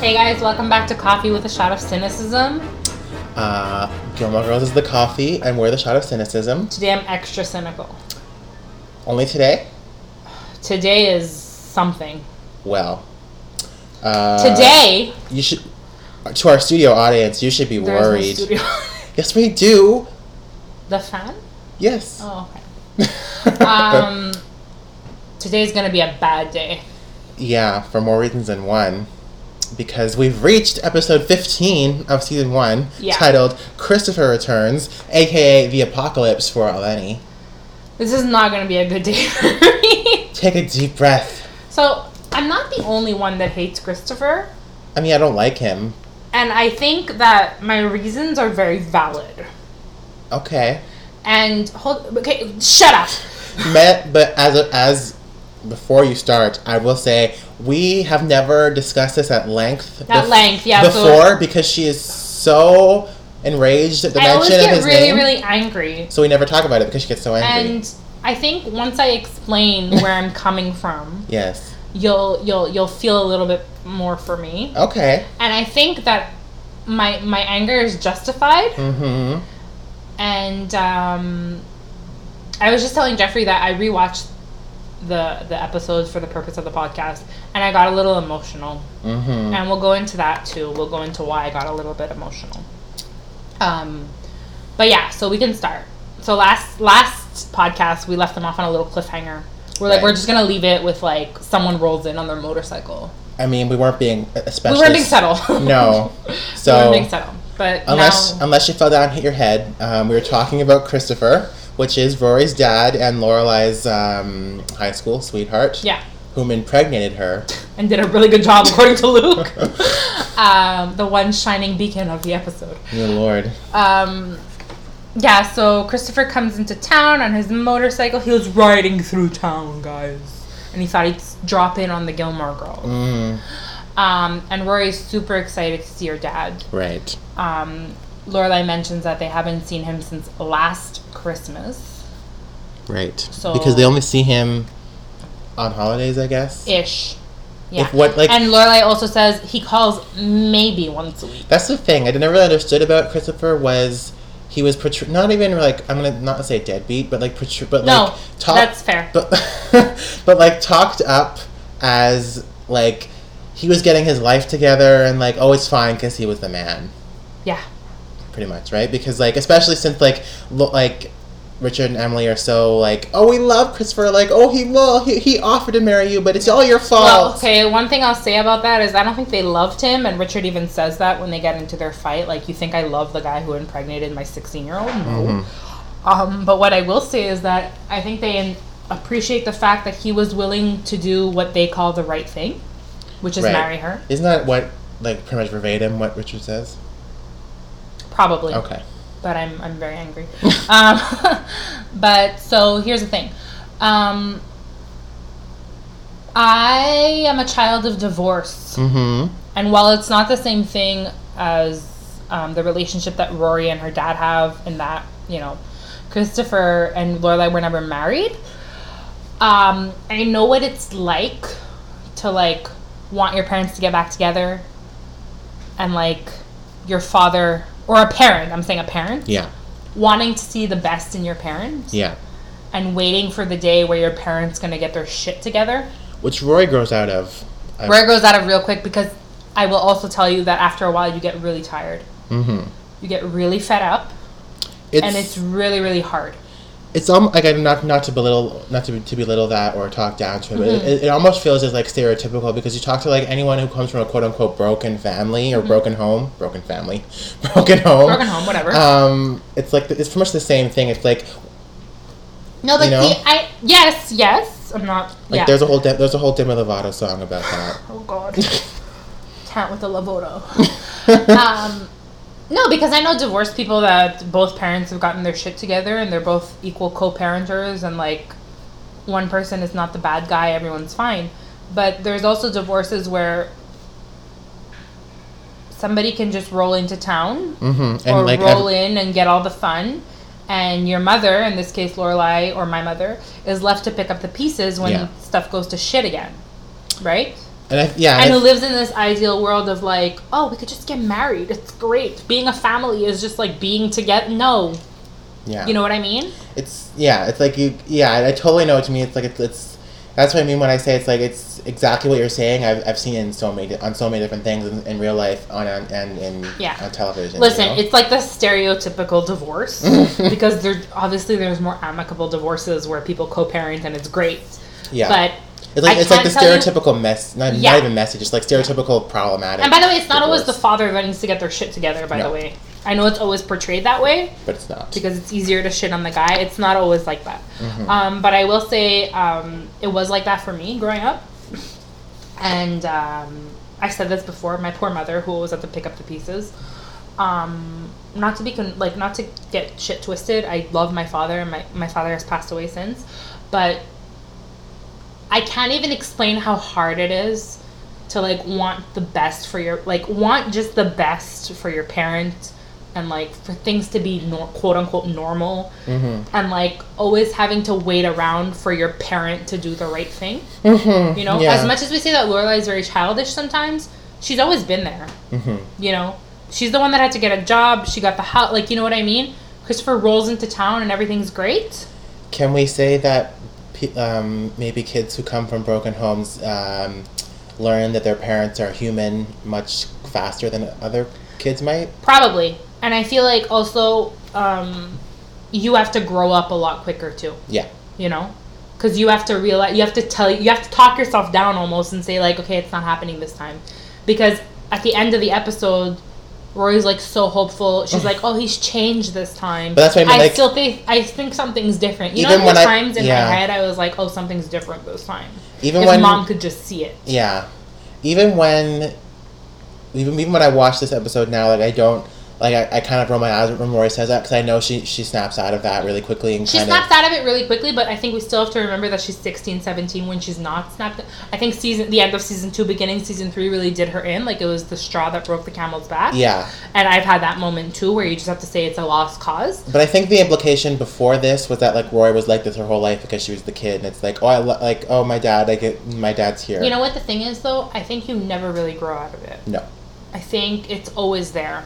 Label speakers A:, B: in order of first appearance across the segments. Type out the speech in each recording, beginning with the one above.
A: Hey guys, welcome back to Coffee with a Shot of Cynicism.
B: Uh, Gilmore Girls is the coffee, and we're the shot of cynicism.
A: Today I'm extra cynical.
B: Only today?
A: Today is something.
B: Well. Uh,
A: Today,
B: You should. To our studio audience, you should be
A: there's no
B: worried.
A: studio.
B: yes, we do.
A: the fan?
B: Yes.
A: Oh, okay. Um, today's gonna be a bad day.
B: yeah, for more reasons than one. Because we've reached episode 15 of season one,
A: Yeah.
B: titled Christopher Returns, aka The Apocalypse for Eleni.
A: This is not gonna be a good day for me.
B: Take a deep breath.
A: So, I'm not the only one that hates Christopher,
B: I mean, I don't like him.
A: and I think that my reasons are very valid.
B: Okay.
A: And hold, okay, shut up.
B: Met, but as as before you start, I will say we have never discussed this at length.
A: At length, yeah,
B: Before,
A: absolutely.
B: because she is so enraged at the
A: I always
B: mention of
A: get
B: his
A: really,
B: name,
A: really angry
B: so we never talk about it because she gets so angry.
A: And I think once I explain where I'm coming from,
B: yes.
A: you'll you'll you'll feel a little bit more for me.
B: Okay.
A: And I think that my my anger is justified.
B: Mm-hmm.
A: And um, I was just telling Jeffrey that I rewatched the the episodes for the purpose of the podcast, and I got a little emotional.
B: Mm-hmm.
A: And we'll go into that too. We'll go into why I got a little bit emotional. Um, but yeah, so we can start. So last last podcast, we left them off on a little cliffhanger. We're like,
B: Right.
A: we're just gonna leave it with like someone rolls in on their motorcycle.
B: I mean, we weren't being especially.
A: We weren't being subtle.
B: No.
A: we
B: So
A: weren't being subtle. But
B: unless
A: now,
B: unless you fell down and hit your head, um, we were talking about Christopher, which is Rory's dad and Lorelai's um, high school sweetheart,
A: yeah,
B: whom impregnated her.
A: and did a really good job according to Luke, um, the one shining beacon of the episode.
B: Dear Lord.
A: Um, yeah, so Christopher comes into town on his motorcycle. He was riding through town, guys. And he thought he'd s- drop in on the Gilmore Girls.
B: Mm,
A: Um, and Rory's super excited to see her dad.
B: right.
A: Um, Lorelai mentions that they haven't seen him since last Christmas
B: Right.
A: So-
B: because they only see him on holidays, I guess.
A: ish. Yeah.
B: If what, like-
A: and Lorelai also says he calls maybe once a week.
B: That's the thing I never really understood about Christopher was he was portray- not even like I'm gonna not say deadbeat, but like portray- but
A: No,
B: like talk-
A: that's fair.
B: but but like talked up as like he was getting his life together and like oh it's fine because he was the man.
A: Yeah.
B: pretty much right because like especially since like lo- like richard and emily are so like oh we love christopher like oh he will he, he offered to marry you but it's all your
A: Well,
B: fault
A: okay, one thing I'll say about that is I don't think they loved him, and Richard even says that when they get into their fight. Like, you think I love the guy who impregnated my 16 year old? No.
B: Mm-hmm.
A: Um, but what I will say is that I think they in- appreciate the fact that he was willing to do what they call the right thing, which is
B: Right.
A: marry her.
B: isn't that what like pretty much verbatim what richard says
A: Probably.
B: okay
A: but I'm, I'm very angry. um, but so here's the thing um, I am a child of divorce.
B: mm-hmm
A: And while it's not the same thing as um, the relationship that Rory and her dad have, and that you know, Christopher and Lorelai were never married, um, I know what it's like to like want your parents to get back together, and like your father or a parent. I'm saying a parent
B: yeah
A: wanting to see the best in your parents
B: yeah
A: and waiting for the day where your parents gonna get their shit together.
B: which roy grows out of I-
A: Where it goes out of real quick because I will also tell you that after a while you get really tired.
B: Mhm.
A: You get really fed up
B: it's,
A: and it's really, really hard.
B: it's almost like I'm not not to belittle not to, to belittle that or talk down to it, but
A: Mm-hmm.
B: it, it almost feels as like stereotypical because you talk to like anyone who comes from a quote unquote broken family or broken home, broken family, broken home,
A: Mm-hmm. Broken home, whatever.
B: Um, it's like it's pretty much the same thing. It's like
A: no, like
B: you know?
A: the I yes, yes. I'm not
B: like
A: yeah.
B: there's a whole de- there's a whole Demi Lovato song about that.
A: oh god. Can't with the Lavoto. um no, because I know divorced people that both parents have gotten their shit together and they're both equal co parenters and like one person is not the bad guy, everyone's fine. But there's also divorces where somebody can just roll into town
B: Mm-hmm. And
A: or
B: like
A: roll
B: ev-
A: in and get all the fun. And your mother, in this case Lorelai or my mother, is left to pick up the pieces when
B: Yeah.
A: stuff goes to shit again, right?
B: And I, yeah,
A: and
B: I-
A: who lives in this ideal world of like, oh, we could just get married. It's great. Being a family is just like being together. No,
B: yeah.
A: you know what I mean?
B: it's yeah, it's like you yeah. I, I totally know what you mean. It's like it's, it's that's what I mean when I say it's like it's exactly what you're saying. I've, I've seen it in so many di- on so many different things in, in real life on, on and in
A: Yeah.
B: on television.
A: Listen,
B: you know?
A: it's like the stereotypical divorce because there obviously there's more amicable divorces where people co-parent and it's great.
B: yeah.
A: But
B: It's like
A: I
B: it's like the
A: can't tell you-
B: stereotypical mess, not,
A: Yeah.
B: not even message. It's like stereotypical problematic.
A: And by the way, it's not always the
B: divorce,
A: father that needs to get their shit together, by the
B: No.
A: way. I know it's always portrayed that way
B: but it's not.
A: because it's easier to shit on the guy. It's not always like that. Um, but I will say um, it was like that for me growing up. And um, I said this before my poor mother, who always had to pick up the pieces. Um, not to be con- like not to get shit twisted. I love my father, and my, my father has passed away since, but I can't even explain how hard it is to like want the best for your like want just the best for your parent and like for things to be nor- quote unquote normal and like always having to wait around for your parent to do the right thing you know
B: Yeah.
A: as much as we say that Lorelai is very childish sometimes she's always been there
B: Mm-hmm.
A: you know she's the one that had to get a job she got the house like you know what i mean christopher rolls into town and everything's great
B: Can we say that pe- um, maybe kids who come from broken homes um, learn that their parents are human much faster than other kids might?
A: Probably. And I feel like also um, you have to grow up a lot quicker too,
B: Yeah.
A: you know? Because you have to realize, you have to tell, you have to talk yourself down almost and say, like, okay, it's not happening this time. Because at the end of the episode, Rory's like so hopeful. She's like, "Oh, he's changed this time."
B: But that's what I mean, like-
A: still think I think something's different. You
B: Even
A: know,
B: when
A: the
B: I-
A: times in
B: yeah.
A: my head, I was like, "Oh, something's different this time."
B: Even
A: if
B: when
A: mom could just see it,
B: Yeah. Even when even even when I watch this episode now, like I don't like I, I kind of roll my eyes when Rory says that because I know she she snaps out of that really quickly and
A: She
B: kind
A: snaps
B: of
A: out of it really quickly, but I think we still have to remember that she's 16, 17 when she's not snapped. I think season the end of season two, beginning season three, really did her in. Like it was the straw that broke the camel's back.
B: yeah.
A: And I've had that moment too, where you just have to say it's a lost cause.
B: But I think the implication before this was that like Rory was like this her whole life because she was the kid, and it's like oh I lo- like oh my dad like it, my dad's here.
A: You know what the thing is though? I think you never really grow out of it.
B: No.
A: I think it's always there.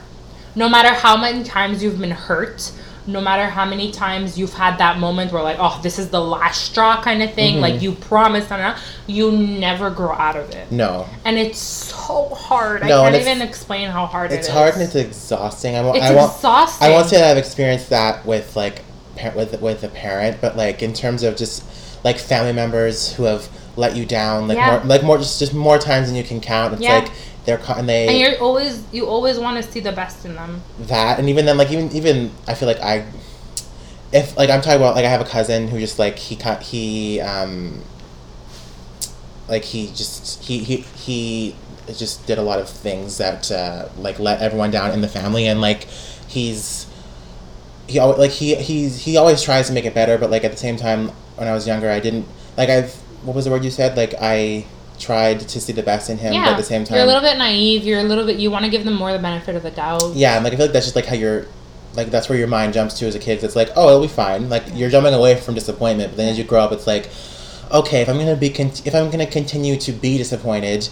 A: No matter how many times you've been hurt, no matter how many times you've had that moment where like, oh, this is the last straw kind of thing, like you promised and you never grow out of it.
B: No.
A: and it's so hard.
B: No,
A: I can't
B: and it's-
A: even explain how hard
B: It's
A: it is.
B: hard and it's exhausting. I won't.
A: It's
B: I won't.
A: exhausting.
B: I won't say that I've experienced that with like par- with with a parent, but like in terms of just like family members who have let you down, like
A: Yeah.
B: more like more just just more times than you can count. It's
A: Yeah.
B: like they're caught and they
A: and you're always you always want to see the best in them.
B: that and even then like even even I feel like I if like I'm talking about like I have a cousin who just like he cut he um like he just he he he just did a lot of things that uh, like let everyone down in the family and like he's he always like he he's he always tries to make it better but like at the same time when I was younger I didn't like I've what was the word you said like I tried to see the best in him
A: yeah.
B: but at the same time
A: you're a little bit naive. You're a little bit. You want to give them more the benefit of the doubt.
B: yeah, and like I feel like that's just like how your like that's where your mind jumps to as a kid. 'cause It's like, oh, it'll be fine. Like you're jumping away from disappointment, but then as you grow up, it's like, okay, if I'm gonna be con- if I'm gonna continue to be disappointed,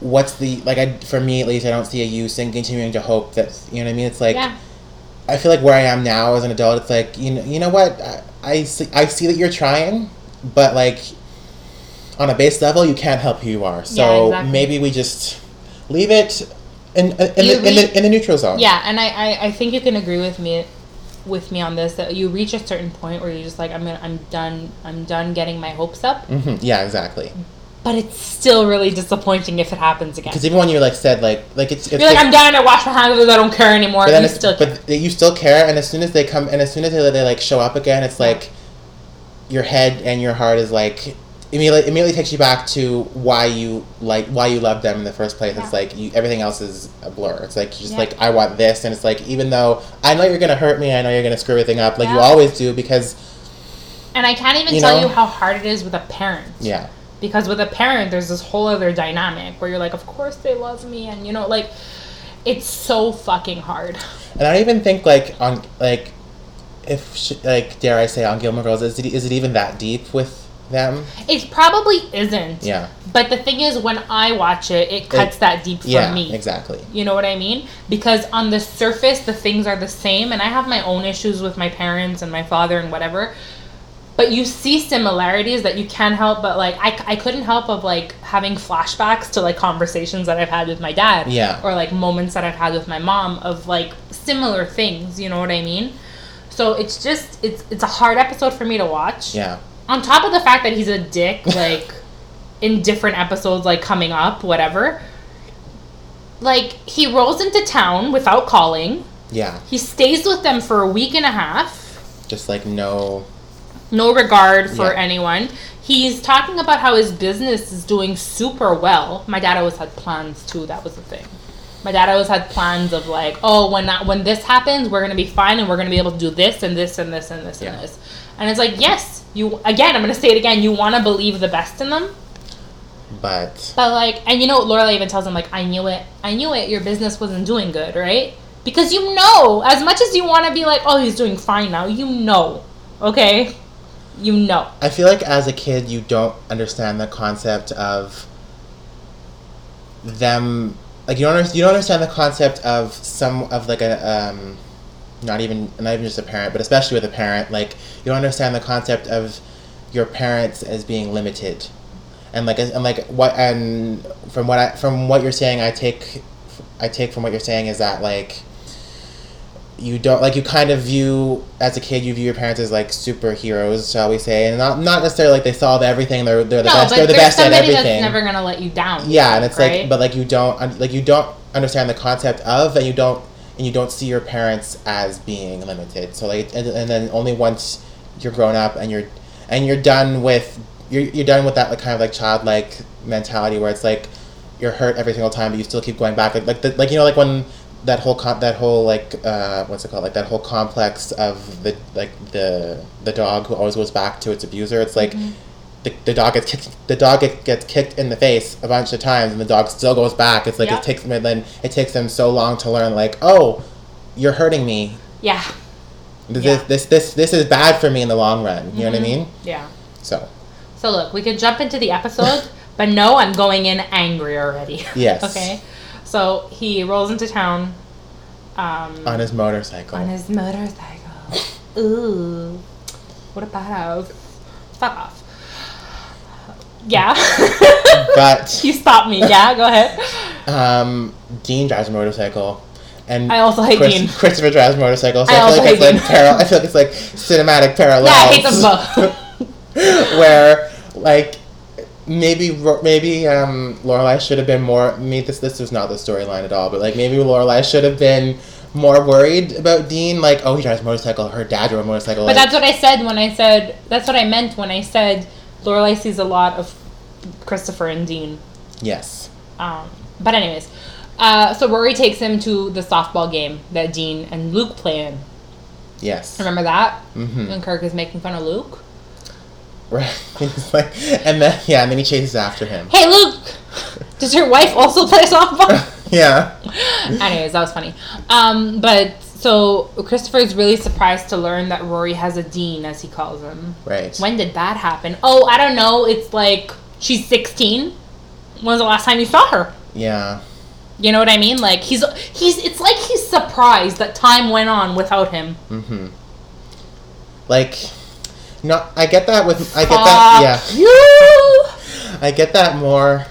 B: what's the like? I for me at least, I don't see a use in continuing to hope that you know what I mean. It's like
A: yeah.
B: I feel like where I am now as an adult, it's like you know, you know what? I, I see, I see that you're trying, but like on a base level, you can't help who you are. So
A: exactly.
B: maybe we just leave it in in, in,
A: You
B: the, in,
A: leave-
B: the, in the neutral zone.
A: Yeah, and I, I, I think you can agree with me with me on this that you reach a certain point where you're just like I'm gonna, I'm done I'm done getting my hopes up,
B: hmm Yeah, exactly.
A: but it's still really disappointing if it happens again.
B: Because even when you like said like like it's, it's
A: You're like I'm done. I wash my hands of this. I don't care anymore.
B: but then
A: you
B: it's,
A: still
B: but th- you still care, and as soon as they come, and as soon as they, they like show up again, it's like your head and your heart is like immediately immediately takes you back to why you like why you loved them in the first place. It's
A: Yeah.
B: like you everything else is a blur. It's like you just
A: Yeah.
B: like I want this, and it's like even though I know you're gonna hurt me, I know you're gonna screw everything up, like you
A: Yeah.
B: always do, because
A: and I can't even
B: you
A: tell
B: know?
A: you how hard it is with a parent.
B: yeah,
A: because with a parent there's this whole other dynamic where you're like of course they love me and you know like it's so fucking hard
B: and I don't even think like on like if sh- like dare I say on Gilmore Girls is it is it even that deep with them.
A: It probably isn't.
B: Yeah.
A: But the thing is, when I watch it, it cuts that deep for
B: yeah,
A: me.
B: exactly.
A: You know what I mean? Because on the surface, the things are the same, and I have my own issues with my parents and my father and whatever. But you see similarities that you can't help but like. I, I couldn't help of like having flashbacks to like conversations that I've had with my dad.
B: Yeah.
A: Or like moments that I've had with my mom of like similar things. You know what I mean? So it's just it's it's a hard episode for me to watch
B: Yeah.
A: on top of the fact that he's a dick, like in different episodes, like coming up, whatever. Like he rolls into town without calling.
B: Yeah.
A: He stays with them for a week and a half.
B: Just like no.
A: No regard for
B: Yeah.
A: anyone. He's talking about how his business is doing super well. My dad always had plans too. That was the thing. My dad always had plans of like, oh, when that, when this happens, we're gonna be fine and we're gonna be able to do this and this and this and this
B: Yeah.
A: and this. And it's like, yes, you again. I'm gonna say it again. You want to believe the best in them,
B: But
A: but like, and you know, Lorelai even tells him like, I knew it. I knew it. Your business wasn't doing good, right? Because you know, as much as you want to be like, oh, he's doing fine now. You know, okay, you know.
B: I feel like as a kid, you don't understand the concept of them. Like you don't under- you don't understand the concept of some of like a um, not even not even just a parent, but especially with a parent. Like you don't understand the concept of your parents as being limited, and like and like what and from what I from what you're saying, I take I take from what you're saying is that like you don't like you kind of view as a kid you view your parents as like superheroes shall we say and not not necessarily like they solve everything they're they're the
A: no,
B: best
A: but
B: they're the
A: there's
B: best at
A: somebody
B: everything
A: that's never gonna let you down.
B: yeah and it's like
A: right?
B: but like you don't un- like you don't understand the concept of and you don't and you don't see your parents as being limited so like and, and then only once you're grown up and you're and you're done with you're, you're done with that like kind of like childlike mentality where it's like you're hurt every single time but you still keep going back like like, the, like you know like when that whole con- that whole like uh, what's it called like that whole complex of the like the the dog who always goes back to its abuser it's like the, the dog gets kicked, the dog get, gets kicked in the face a bunch of times, and the dog still goes back. It's like
A: Yeah.
B: it takes them, and then it takes them so long to learn. Like, oh, you're hurting me.
A: yeah,
B: This
A: Yeah. Mm-hmm.
B: this, this this is bad for me in the long run. You know what I mean?
A: yeah.
B: So
A: So look, we could jump into the episode, but no, I'm going in angry already.
B: Yes.
A: okay. So he rolls into town um,
B: on his motorcycle,
A: on his motorcycle. Ooh, what about fuck off? Yeah,
B: but
A: you stopped me. Yeah, go ahead.
B: um, Dean drives a motorcycle, and
A: I also hate Dean.
B: Christopher drives a motorcycle. So
A: I
B: I,
A: also
B: feel like
A: hate
B: it's like
A: Dean.
B: paral- I feel like it's like cinematic parallels.
A: Yeah, I hate them both.
B: where like maybe Ro- maybe um Lorelai should have been more me this this was not the storyline at all but like maybe Lorelai should have been more worried about Dean like oh he drives a motorcycle her dad drove a motorcycle
A: But
B: like,
A: that's what I said when I said that's what I meant when I said Lorelai sees a lot of Christopher and Dean.
B: yes
A: Um, but anyways, uh, so Rory takes him to the softball game that Dean and Luke play in.
B: yes
A: Remember that?
B: mm-hmm
A: When Kirk is making fun of Luke.
B: right It's like- and then yeah and then he chases after him
A: Hey Luke, does your wife also play softball?
B: yeah
A: Anyways, that was funny. Um, but so Christopher is really surprised to learn that Rory has a dean, as he calls him.
B: right
A: When did that happen? Oh, I don't know. It's like she's 16. When was the last time you saw her?
B: yeah
A: You know what I mean? Like he's he's it's like he's surprised that time went on without him.
B: mm-hmm like not I get that with I get
A: Fuck
B: that yeah
A: You.
B: I get that more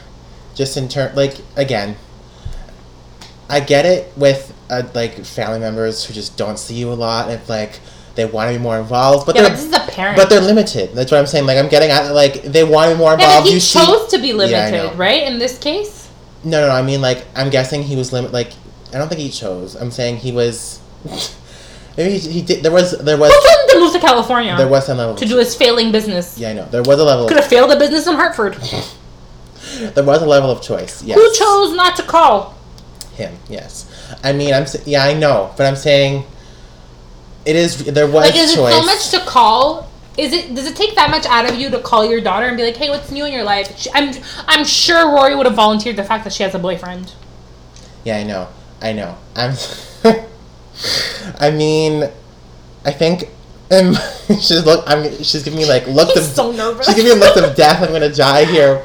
B: just in term like again I get it with uh, like family members who just don't see you a lot and like they want to be more involved but
A: Yeah, but
B: they're
A: this is a parent.
B: but they're limited that's what I'm saying like I'm getting at like they want to be more
A: yeah,
B: involved
A: but he
B: you see
A: chose to be
B: I
A: limited,
B: know.
A: right? In this case,
B: no no no I mean like I'm guessing he was limit like I don't think he chose I'm saying he was maybe he, he did there was there was
A: who told him to move to California
B: there was some level
A: to do his failing business?
B: yeah I know there was a level
A: Could have failed a business in Hartford.
B: of, there was a level of choice yes
A: Who chose not to call?
B: Him, yes. I mean, I'm s- yeah, I know, but I'm saying it is there was
A: like, is
B: choice.
A: it so much to call? Is it does it take that much out of you to call your daughter and be like, "Hey, what's new in your life?" She, I'm I'm sure Rory would have volunteered the fact that she has a boyfriend.
B: yeah, I know, I know. I'm. I mean, I think And she's look. I'm. She's giving me like look.
A: I'm
B: of,
A: so nervous.
B: She's giving me a look of death. I'm gonna die here.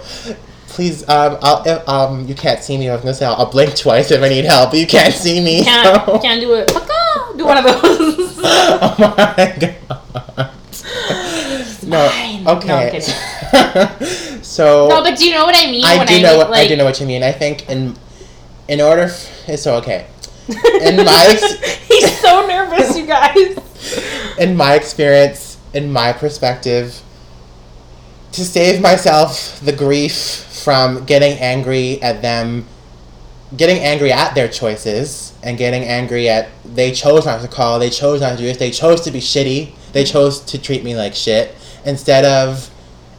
B: Please, um, I'll, if, um, you can't see me. I was gonna say I'll, I'll blink twice if I need help. but You can't see me. so-
A: Can't, can't do it. Fuck-ah! Do one of those.
B: oh my god. No.
A: fine. No, I'm
B: Okay. so
A: no, but do you know what I mean?
B: I
A: when
B: do know
A: mean,
B: what I
A: like-
B: do know what you mean. I think in in order, f- it's okay. in my ex-
A: He's so nervous, you guys.
B: in my experience, in my perspective, to save myself the grief from getting angry at them, getting angry at their choices, and getting angry at they chose not to call, they chose not to do this, they chose to be shitty, they chose to treat me like shit, instead of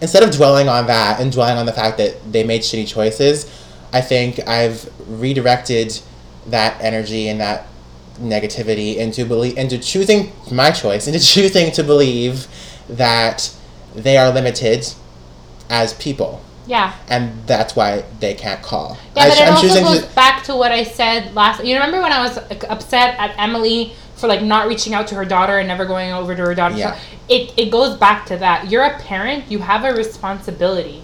B: instead of dwelling on that and dwelling on the fact that they made shitty choices, I think I've redirected that energy and that negativity into believe into choosing my choice into choosing to believe that they are limited as people
A: Yeah.
B: and that's why they can't call.
A: Yeah, but it
B: am
A: also
B: choosing
A: goes
B: to.
A: back to what I said last. You remember when I was like, upset at Emily for like not reaching out to her daughter and never going over to her daughter?
B: Yeah.
A: It it goes back to that. You're a parent. You have a responsibility.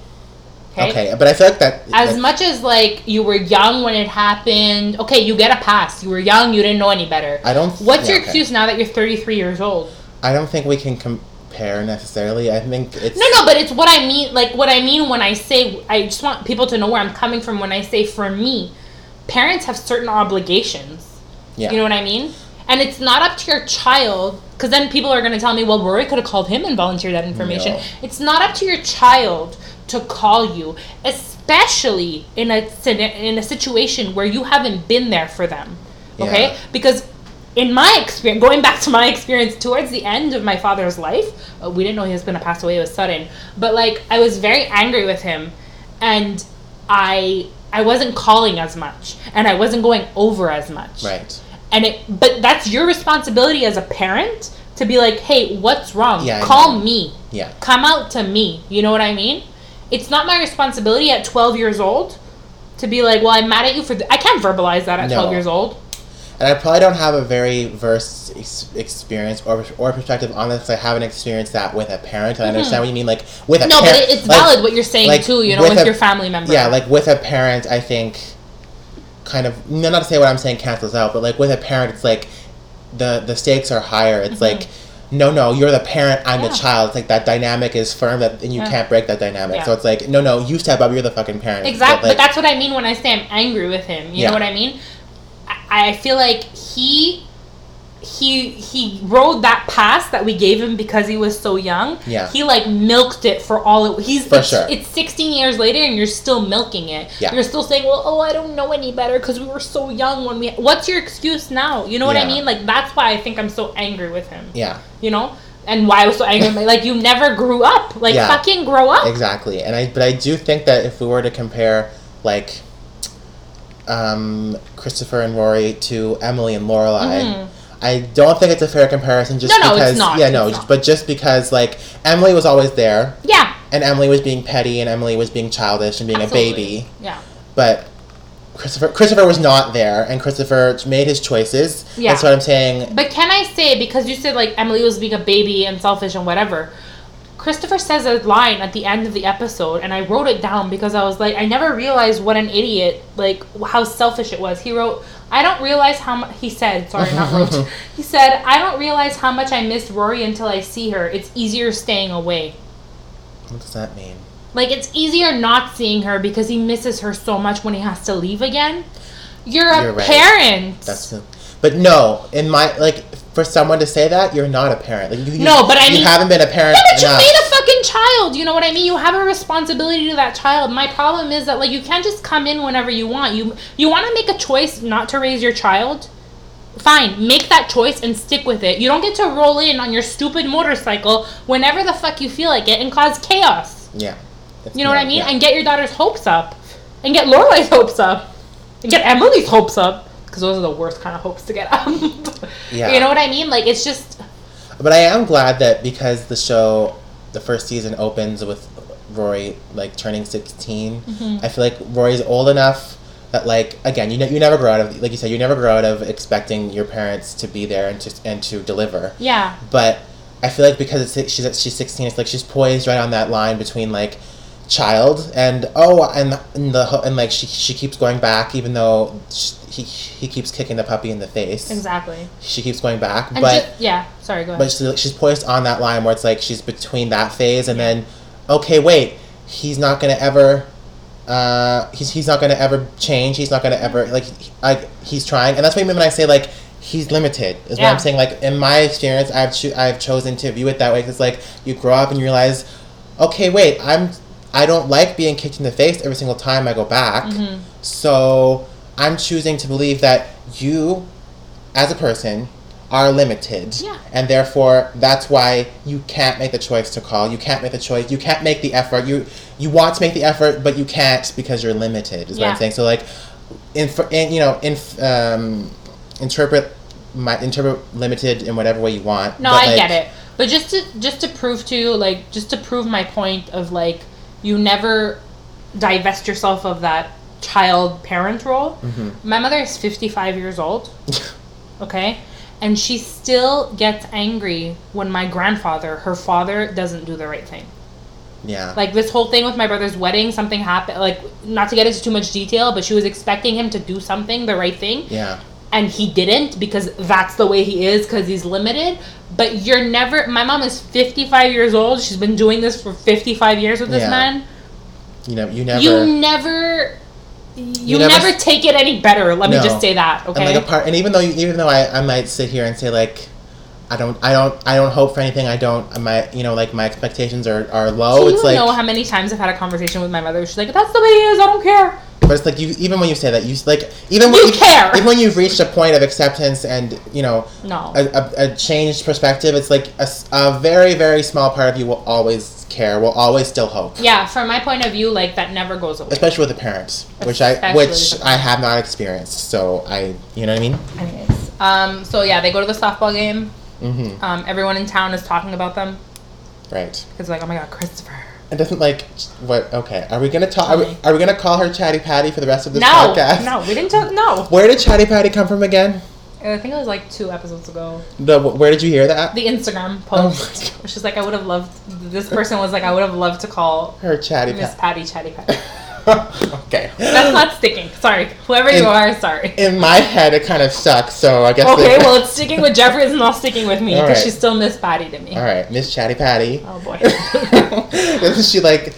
A: Okay.
B: Okay, but I feel like that.
A: As
B: like,
A: much as like you were young when it happened, okay, you get a pass. You were young. You didn't know any better.
B: I don't.
A: What's
B: yeah,
A: your
B: okay.
A: excuse now that you're 33 years old?
B: I don't think we can compare necessarily. I think it's.
A: No, no, but it's what I mean. Like what I mean when I say I just want people to know where I'm coming from when I say for me, parents have certain obligations.
B: Yeah.
A: You know what I mean? And it's not up to your child, because then people are going to tell me, well, Rory could have called him and volunteered that information.
B: No.
A: It's not up to your child to call you, especially in a sin- in a situation where you haven't been there for them. Okay,
B: Yeah.
A: because in my experience, going back to my experience towards the end of my father's life, uh, we didn't know he was going to pass away. It was sudden, but like I was very angry with him, and I I wasn't calling as much, and I wasn't going over as much
B: right.
A: and it but that's your responsibility as a parent to be like hey what's wrong
B: Yeah, I
A: call
B: know.
A: me
B: Yeah.
A: come out to me you know what i mean it's not my responsibility at 12 years old to be like well i'm mad at you for th- i can't verbalize that at
B: No.
A: 12 years old
B: and I probably don't have a very versed ex- experience or, or perspective on this. 'cause I haven't experienced that with a parent, and I understand what you mean, like with a
A: Mm-hmm. no but
B: parent.
A: it, it's
B: like-
A: valid what you're saying
B: like,
A: too you know
B: with
A: with
B: a-
A: your family member
B: Yeah, like with a parent, I think, kind of no, not to say what I'm saying cancels out, but like with a parent, it's like the the stakes are higher. It's like no, no, you're the parent, I'm
A: Mm-hmm. Yeah.
B: the child. It's like that dynamic is firm, that and you
A: Yeah.
B: can't break that dynamic.
A: Yeah.
B: So it's like no, no, you step up, you're the fucking parent.
A: Exactly, but
B: like,
A: that's what I mean when I say I'm angry with him. You
B: Yeah.
A: know what I mean? I, I feel like he he he rode that pass that we gave him because he was so young.
B: Yeah.
A: He like milked it for all it he's
B: For
A: it's,
B: sure.
A: it's 16 years later and you're still milking it.
B: Yeah.
A: You're still saying, "Well, oh, I don't know any better because we were so young when we What's your excuse now?" You know what I
B: Yeah.
A: mean? Like that's why I think I'm so angry with him.
B: yeah.
A: You know? And why I was so angry like you never grew up. Like
B: Yeah.
A: fucking grow up.
B: Exactly, and I but I do think that if we were to compare like um, Christopher and Rory to Emily and Lorelai,
A: Mhm.
B: I don't think it's a fair comparison. Just
A: No, no, it's
B: because
A: not.
B: yeah, no,
A: It's not.
B: but just because like Emily was always there,
A: Yeah.
B: and Emily was being petty, and Emily was being childish and being a baby,
A: Yeah.
B: but. Christopher Christopher was not there, and Christopher made his choices.
A: Yeah.
B: That's what I'm saying.
A: But can I say because you said like Emily was being a baby and selfish and whatever? Christopher says a line at the end of the episode, and I wrote it down because I was like, I never realized what an idiot, like how selfish it was. He wrote, I don't realize how much he said. Sorry, not wrote. he said, I don't realize how much I miss Rory until I see her. It's easier staying away.
B: What does that mean?
A: Like it's easier not seeing her because he misses her so much when he has to leave again. You're a
B: You're right.
A: parent.
B: That's but no, in my like for someone to say that you're not a parent. Like you, you-
A: No, but I
B: you
A: mean-
B: haven't been a parent.
A: Yeah, but you
B: enough.
A: made a fucking child. You know what I mean? You have a responsibility to that child. My problem is that like you can't just come in whenever you want. You you want to make a choice not to raise your child. Fine, make that choice and stick with it. You don't get to roll in on your stupid motorcycle whenever the fuck you feel like it and cause chaos.
B: yeah, It's
A: You know what
B: not-
A: I mean?
B: yeah.
A: And get your daughter's hopes up, and get Lorelai's hopes up, and get Emily's hopes up because those are the worst kind of hopes to get up.
B: Yeah.
A: You know what I mean? Like it's just
B: But I am glad that because the show, the first season opens with Rory like turning 16.
A: Mm-hmm.
B: I feel like Rory's old enough that like again, you know, you never grow out of like you said, you never grow out of expecting your parents to be there and to and to deliver.
A: yeah.
B: But I feel like because it's she's she's sixteen, it's like she's poised right on that line between like child and oh and and the and like she she keeps going back even though she, he he keeps kicking the puppy in the face.
A: Exactly.
B: She keeps going back,
A: And
B: but
A: ju- yeah, sorry, go ahead.
B: but she's, she's poised on that line where it's like she's between that phase and then okay wait he's not gonna ever uh, he's, he's not gonna ever change he's not gonna
A: Mm-hmm.
B: ever like he- I, he's trying and that's what I mean when I say like he's limited is what
A: Yeah.
B: I'm saying like in my experience I've cho- I've chosen to view it that way 'cause it's like you grow up and you realize okay wait I'm I don't like being kicked in the face every single time I go back
A: Mm-hmm.
B: so I'm choosing to believe that you as a person are limited
A: Yeah.
B: and therefore that's why you can't make the choice to call you can't make the choice you can't make the effort you you want to make the effort but you can't because you're limited is what i'm
A: Yeah.
B: saying so like in, in you know in um, interpret my interpret limited in whatever way you want
A: No,
B: but,
A: I
B: like,
A: get it. But just to just to prove to you, like just to prove my point of like you never divest yourself of that child parent role.
B: Mm-hmm.
A: My mother is 55 years old, okay? And she still gets angry when my grandfather, her father doesn't do the right thing.
B: yeah
A: Like this whole thing with my brother's wedding, something happened, like not to get into too much detail, but she was expecting him to do something, the right thing,
B: yeah
A: and he didn't because that's the way he is because he's limited but you're never my mom is 55 years old she's been doing this for 55 years with this
B: Yeah.
A: man
B: you know you never
A: you never you,
B: never
A: never,
B: s-
A: take it any better let
B: No.
A: me just say that okay
B: And like a part, and even though you, even though I, I might sit here and say like, I don't I don't I don't hope for anything. I don't my you know like my expectations are, are low.
A: Do you
B: oh, it's like,
A: know how many times I've had a conversation with my mother. She's like, "That's the way he is. I don't care."
B: but it's like you even when you say that you s- like even when
A: You care.
B: even when you've reached a point of acceptance and you know
A: No,
B: a, a, a changed perspective. It's like a, s- a very very small part of you will always care. Will always still hope.
A: yeah. From my point of view, like that never goes away.
B: Especially with a parent, which I
A: Especially
B: which
A: with a
B: I have not experienced, so I you know what I mean.
A: Anyways, um, so yeah, they go to the softball game.
B: Mm-hmm.
A: Um, everyone in town is talking about them.
B: Right.
A: It's like, oh my god, Christopher.
B: It doesn't like what? Okay, are we gonna talk? Are we,
A: Sorry.
B: are we gonna call her Chatty Patty for the rest of this
A: no,
B: podcast?
A: no, we didn't talk. No,
B: Where did Chatty Patty come from again?
A: I think it was like two episodes ago.
B: The, where did you hear that?
A: The Instagram
B: oh
A: post.
B: my
A: She's like, I would have loved. This person was like, I would have loved to call
B: god, her Chatty
A: Miss
B: Patty.
A: Patty Chatty Patty.
B: okay.
A: That's not sticking. Sorry, whoever you
B: In-
A: are, sorry.
B: In my head, it kind of sucks. So I guess.
A: Okay,
B: it-
A: well, it's sticking with Jeffrey. It's not sticking with me
B: All
A: because
B: right.
A: she's still Miss Patty to me.
B: All right, Miss Chatty Patty.
A: Oh boy.
B: Isn't she like?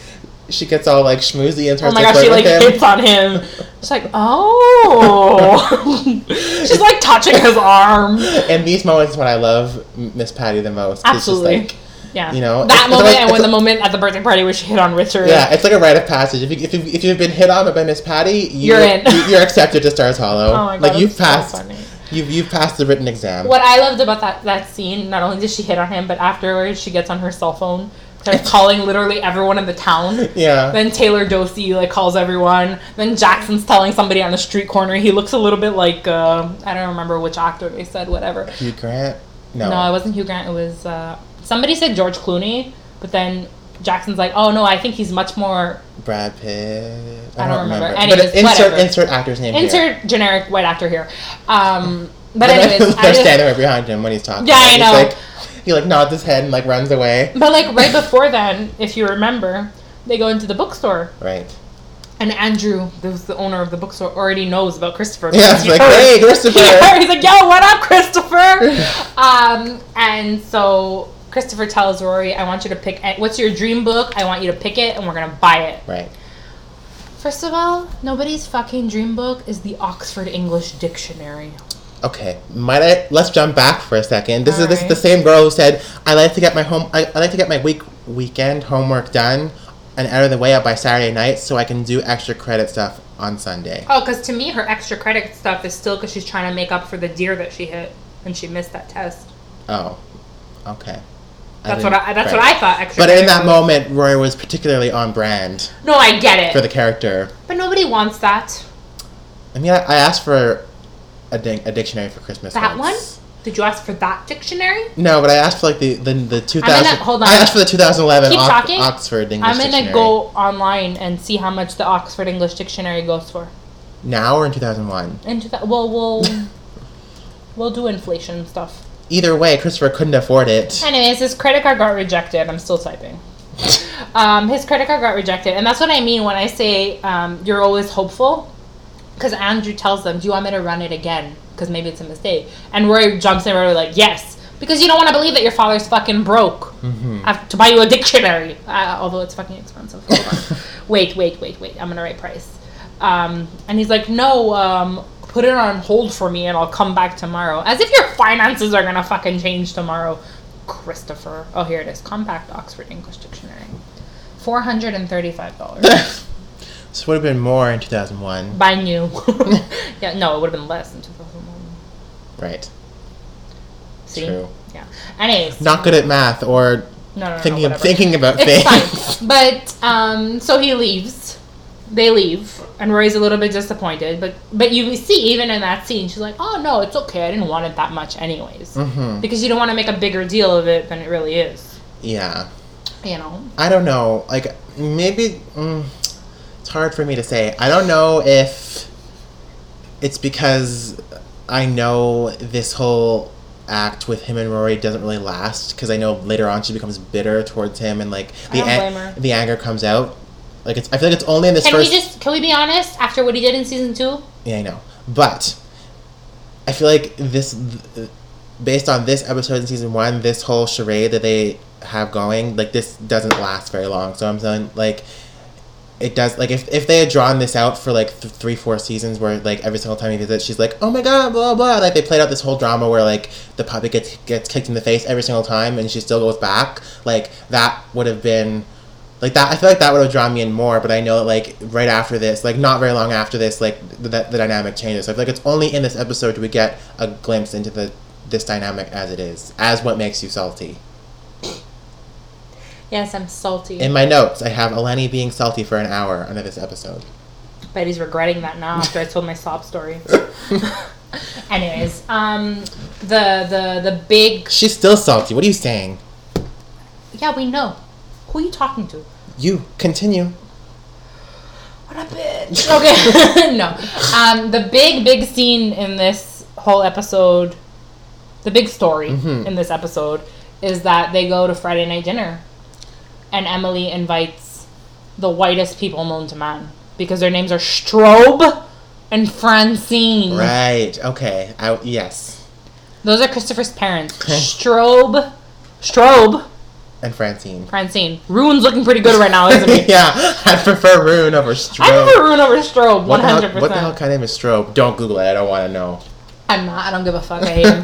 B: She gets all like schmoozy and
A: Oh
B: starts
A: my
B: to
A: gosh, she like
B: flirt with him.
A: hits on him. She's like, oh. she's like touching his arm.
B: And these moments when I love Miss Patty the most.
A: Absolutely.
B: It's just like,
A: Yeah.
B: You know,
A: that
B: it's-
A: moment
B: it's-
A: and when the moment at the birthday party where she hit on Richard.
B: Yeah, it's like a rite of passage. If, you, if, you've, if you've been hit on by Miss Patty, you,
A: You're in.
B: you- you're accepted to Stars Hollow.
A: Oh my god.
B: like you've
A: it's so
B: passed,
A: funny.
B: you've you've passed the written exam.
A: What I loved about that, that scene, not only did she hit on him, but afterwards she gets on her cell phone, starts calling literally everyone in the town.
B: Yeah,
A: Then Taylor Dosey like calls everyone. Then Jackson's telling somebody on the street corner. He looks a little bit like uh, I don't remember which actor they said whatever.
B: Hugh Grant. No,
A: No, it wasn't Hugh Grant. It was uh, somebody said George Clooney, but then Jackson's like, oh no, I think he's much more
B: Brad Pitt.
A: I don't remember.
B: but
A: Anyways,
B: insert
A: whatever.
B: insert actor's name here.
A: insert generic white actor here. Um, but
B: And
A: anyways,
B: then
A: I
B: they're
A: just-
B: standing right behind him when he's talking.
A: Yeah, I
B: He's
A: know.
B: Like, he like nods his head and like runs away.
A: But like right before then, if you remember, they go into the bookstore,
B: Right.
A: and Andrew, who's the owner of the bookstore, already knows about Christopher.
B: Yeah,
A: because
B: it's
A: he
B: like
A: heard-
B: hey,
A: he
B: Christopher.
A: heard- he's like, "Yo, what up, Christopher?" um, and so Christopher tells Rory, "I want you to pick. What's your dream book? I want you to pick it, and we're gonna buy it."
B: Right.
A: First of all, nobody's fucking dream book is the Oxford English Dictionary.
B: Okay, might I? Let's jump back for a second. This is this is the
A: Alright.
B: same girl who said I like to get my home. I, I like to get my week weekend homework done and out of the way up by Saturday night so I can do extra credit stuff on Sunday.
A: Oh, because to me, her extra credit stuff is still because she's trying to make up for the deer that she hit and she missed that test.
B: Oh, okay.
A: That's what I. That's what I thought. Extra.
B: But in
A: credit was.
B: that moment, Roy was particularly on brand
A: No, I get it.
B: for the character.
A: but nobody wants that.
B: I mean, I, I asked for a, dic- a dictionary for Christmas.
A: That
B: once.
A: one? Did you ask for that dictionary?
B: No, but I asked for like the the, the 2000.
A: hold on.
B: I asked for the 2011
A: Keep
B: Ox-
A: talking.
B: Oxford English
A: I'm gonna
B: dictionary.
A: go online and see how much the Oxford English Dictionary goes for.
B: now or in 2001.
A: Into that, well, we'll we'll do inflation stuff.
B: either way, Christopher couldn't afford it.
A: Anyways, his credit card got rejected. I'm still typing. um, his credit card got rejected, and that's what I mean when I say um, you're always hopeful. Because Andrew tells them, "Do you want me to run it again? Because maybe it's a mistake." And Rory jumps in, Rory like, "Yes," because you don't want to believe that your father's fucking broke. I have to buy you a dictionary, uh, although it's fucking expensive. Hold on. wait, wait, wait, wait. I'm gonna write price. Um, and he's like, "No, um, put it on hold for me, and I'll come back tomorrow." As if your finances are gonna fucking change tomorrow, Christopher. Oh, here it is. Compact Oxford English Dictionary, four hundred and thirty-five dollars.
B: This would have been more in 2001.
A: Buy new. yeah, no, it would have been less in 2001.
B: Right.
A: See?
B: True.
A: Yeah. Anyways.
B: Not good at math or
A: no, no, no,
B: thinking
A: whatever.
B: thinking about
A: It's
B: things.
A: fine. But, um, so he leaves. They leave. And Rory's a little bit disappointed. But, but you see, even in that scene, she's like, oh, no, it's okay. I didn't want it that much, anyways.
B: hmm
A: Because you don't want to make a bigger deal of it than it really is.
B: Yeah.
A: You know?
B: I don't know. Like maybe mm, it's hard for me to say. I don't know if it's because I know this whole act with him and Rory doesn't really last because I know later on she becomes bitter towards him and like the
A: don't
B: an-
A: blame her.
B: the anger comes out. Like it's I feel like it's only in this
A: Can
B: first
A: we just, can we be honest? After what he did in season two?
B: Yeah, I know. But I feel like this, th- based on this episode in season one, this whole charade that they have going, like this doesn't last very long. So I'm saying, like, it does. Like, if, if they had drawn this out for like th- three, four seasons, where like every single time he does it, she's like, "Oh my god, blah blah." Like they played out this whole drama where like the puppy gets gets kicked in the face every single time, and she still goes back. Like that would have been like that i feel like that would have drawn me in more but i know like right after this like not very long after this like the, the, the dynamic changes so i feel like it's only in this episode do we get a glimpse into the this dynamic as it is as what makes you salty
A: Yes, I'm salty.
B: in my notes i have eleni being salty for an hour under this episode
A: But he's regretting that now after I told my sob story. Anyways, um, the the the big
B: she's still salty what are you saying
A: yeah we know. Who are you talking to?
B: you continue
A: What a bitch. Okay, no. Um, the big big scene in this whole episode, the big story in this episode is that they go to Friday night dinner, and Emily invites the whitest people known to man because their names are Strobe and Francine.
B: right okay I, yes
A: Those are Christopher's parents. Strobe, Strobe,
B: and francine
A: Francine. Rune's looking pretty good right now, isn't he?
B: yeah i prefer rune over strobe
A: I prefer Rune over Strobe,
B: what,
A: one
B: the
A: hundred
B: hell, what the hell
A: percent.
B: kind of name is strobe don't google it i don't want to know
A: I'm not. I don't give a fuck. I hate him.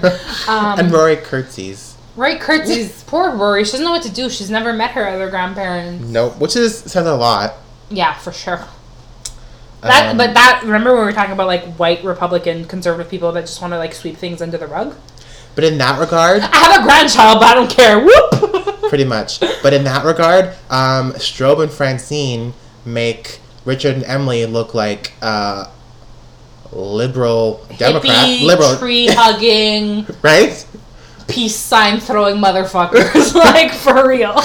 B: and
A: Um,
B: Rory curtsies.
A: Rory Kurtz's poor Rory. She doesn't know what to do. She's never met her other grandparents.
B: Nope, which is says a lot.
A: Yeah, for sure. That,
B: Um,
A: but that. Remember when we were talking about like white Republican conservative people that just want to like sweep things under the rug?
B: but in that regard,
A: I have a grandchild, but I don't care. Whoop.
B: pretty much. But in that regard, um, Strobe and Francine make Richard and Emily look like uh, liberal Democrat,
A: Hippie,
B: liberal,
A: tree hugging.
B: right?
A: peace sign throwing motherfuckers. like for real.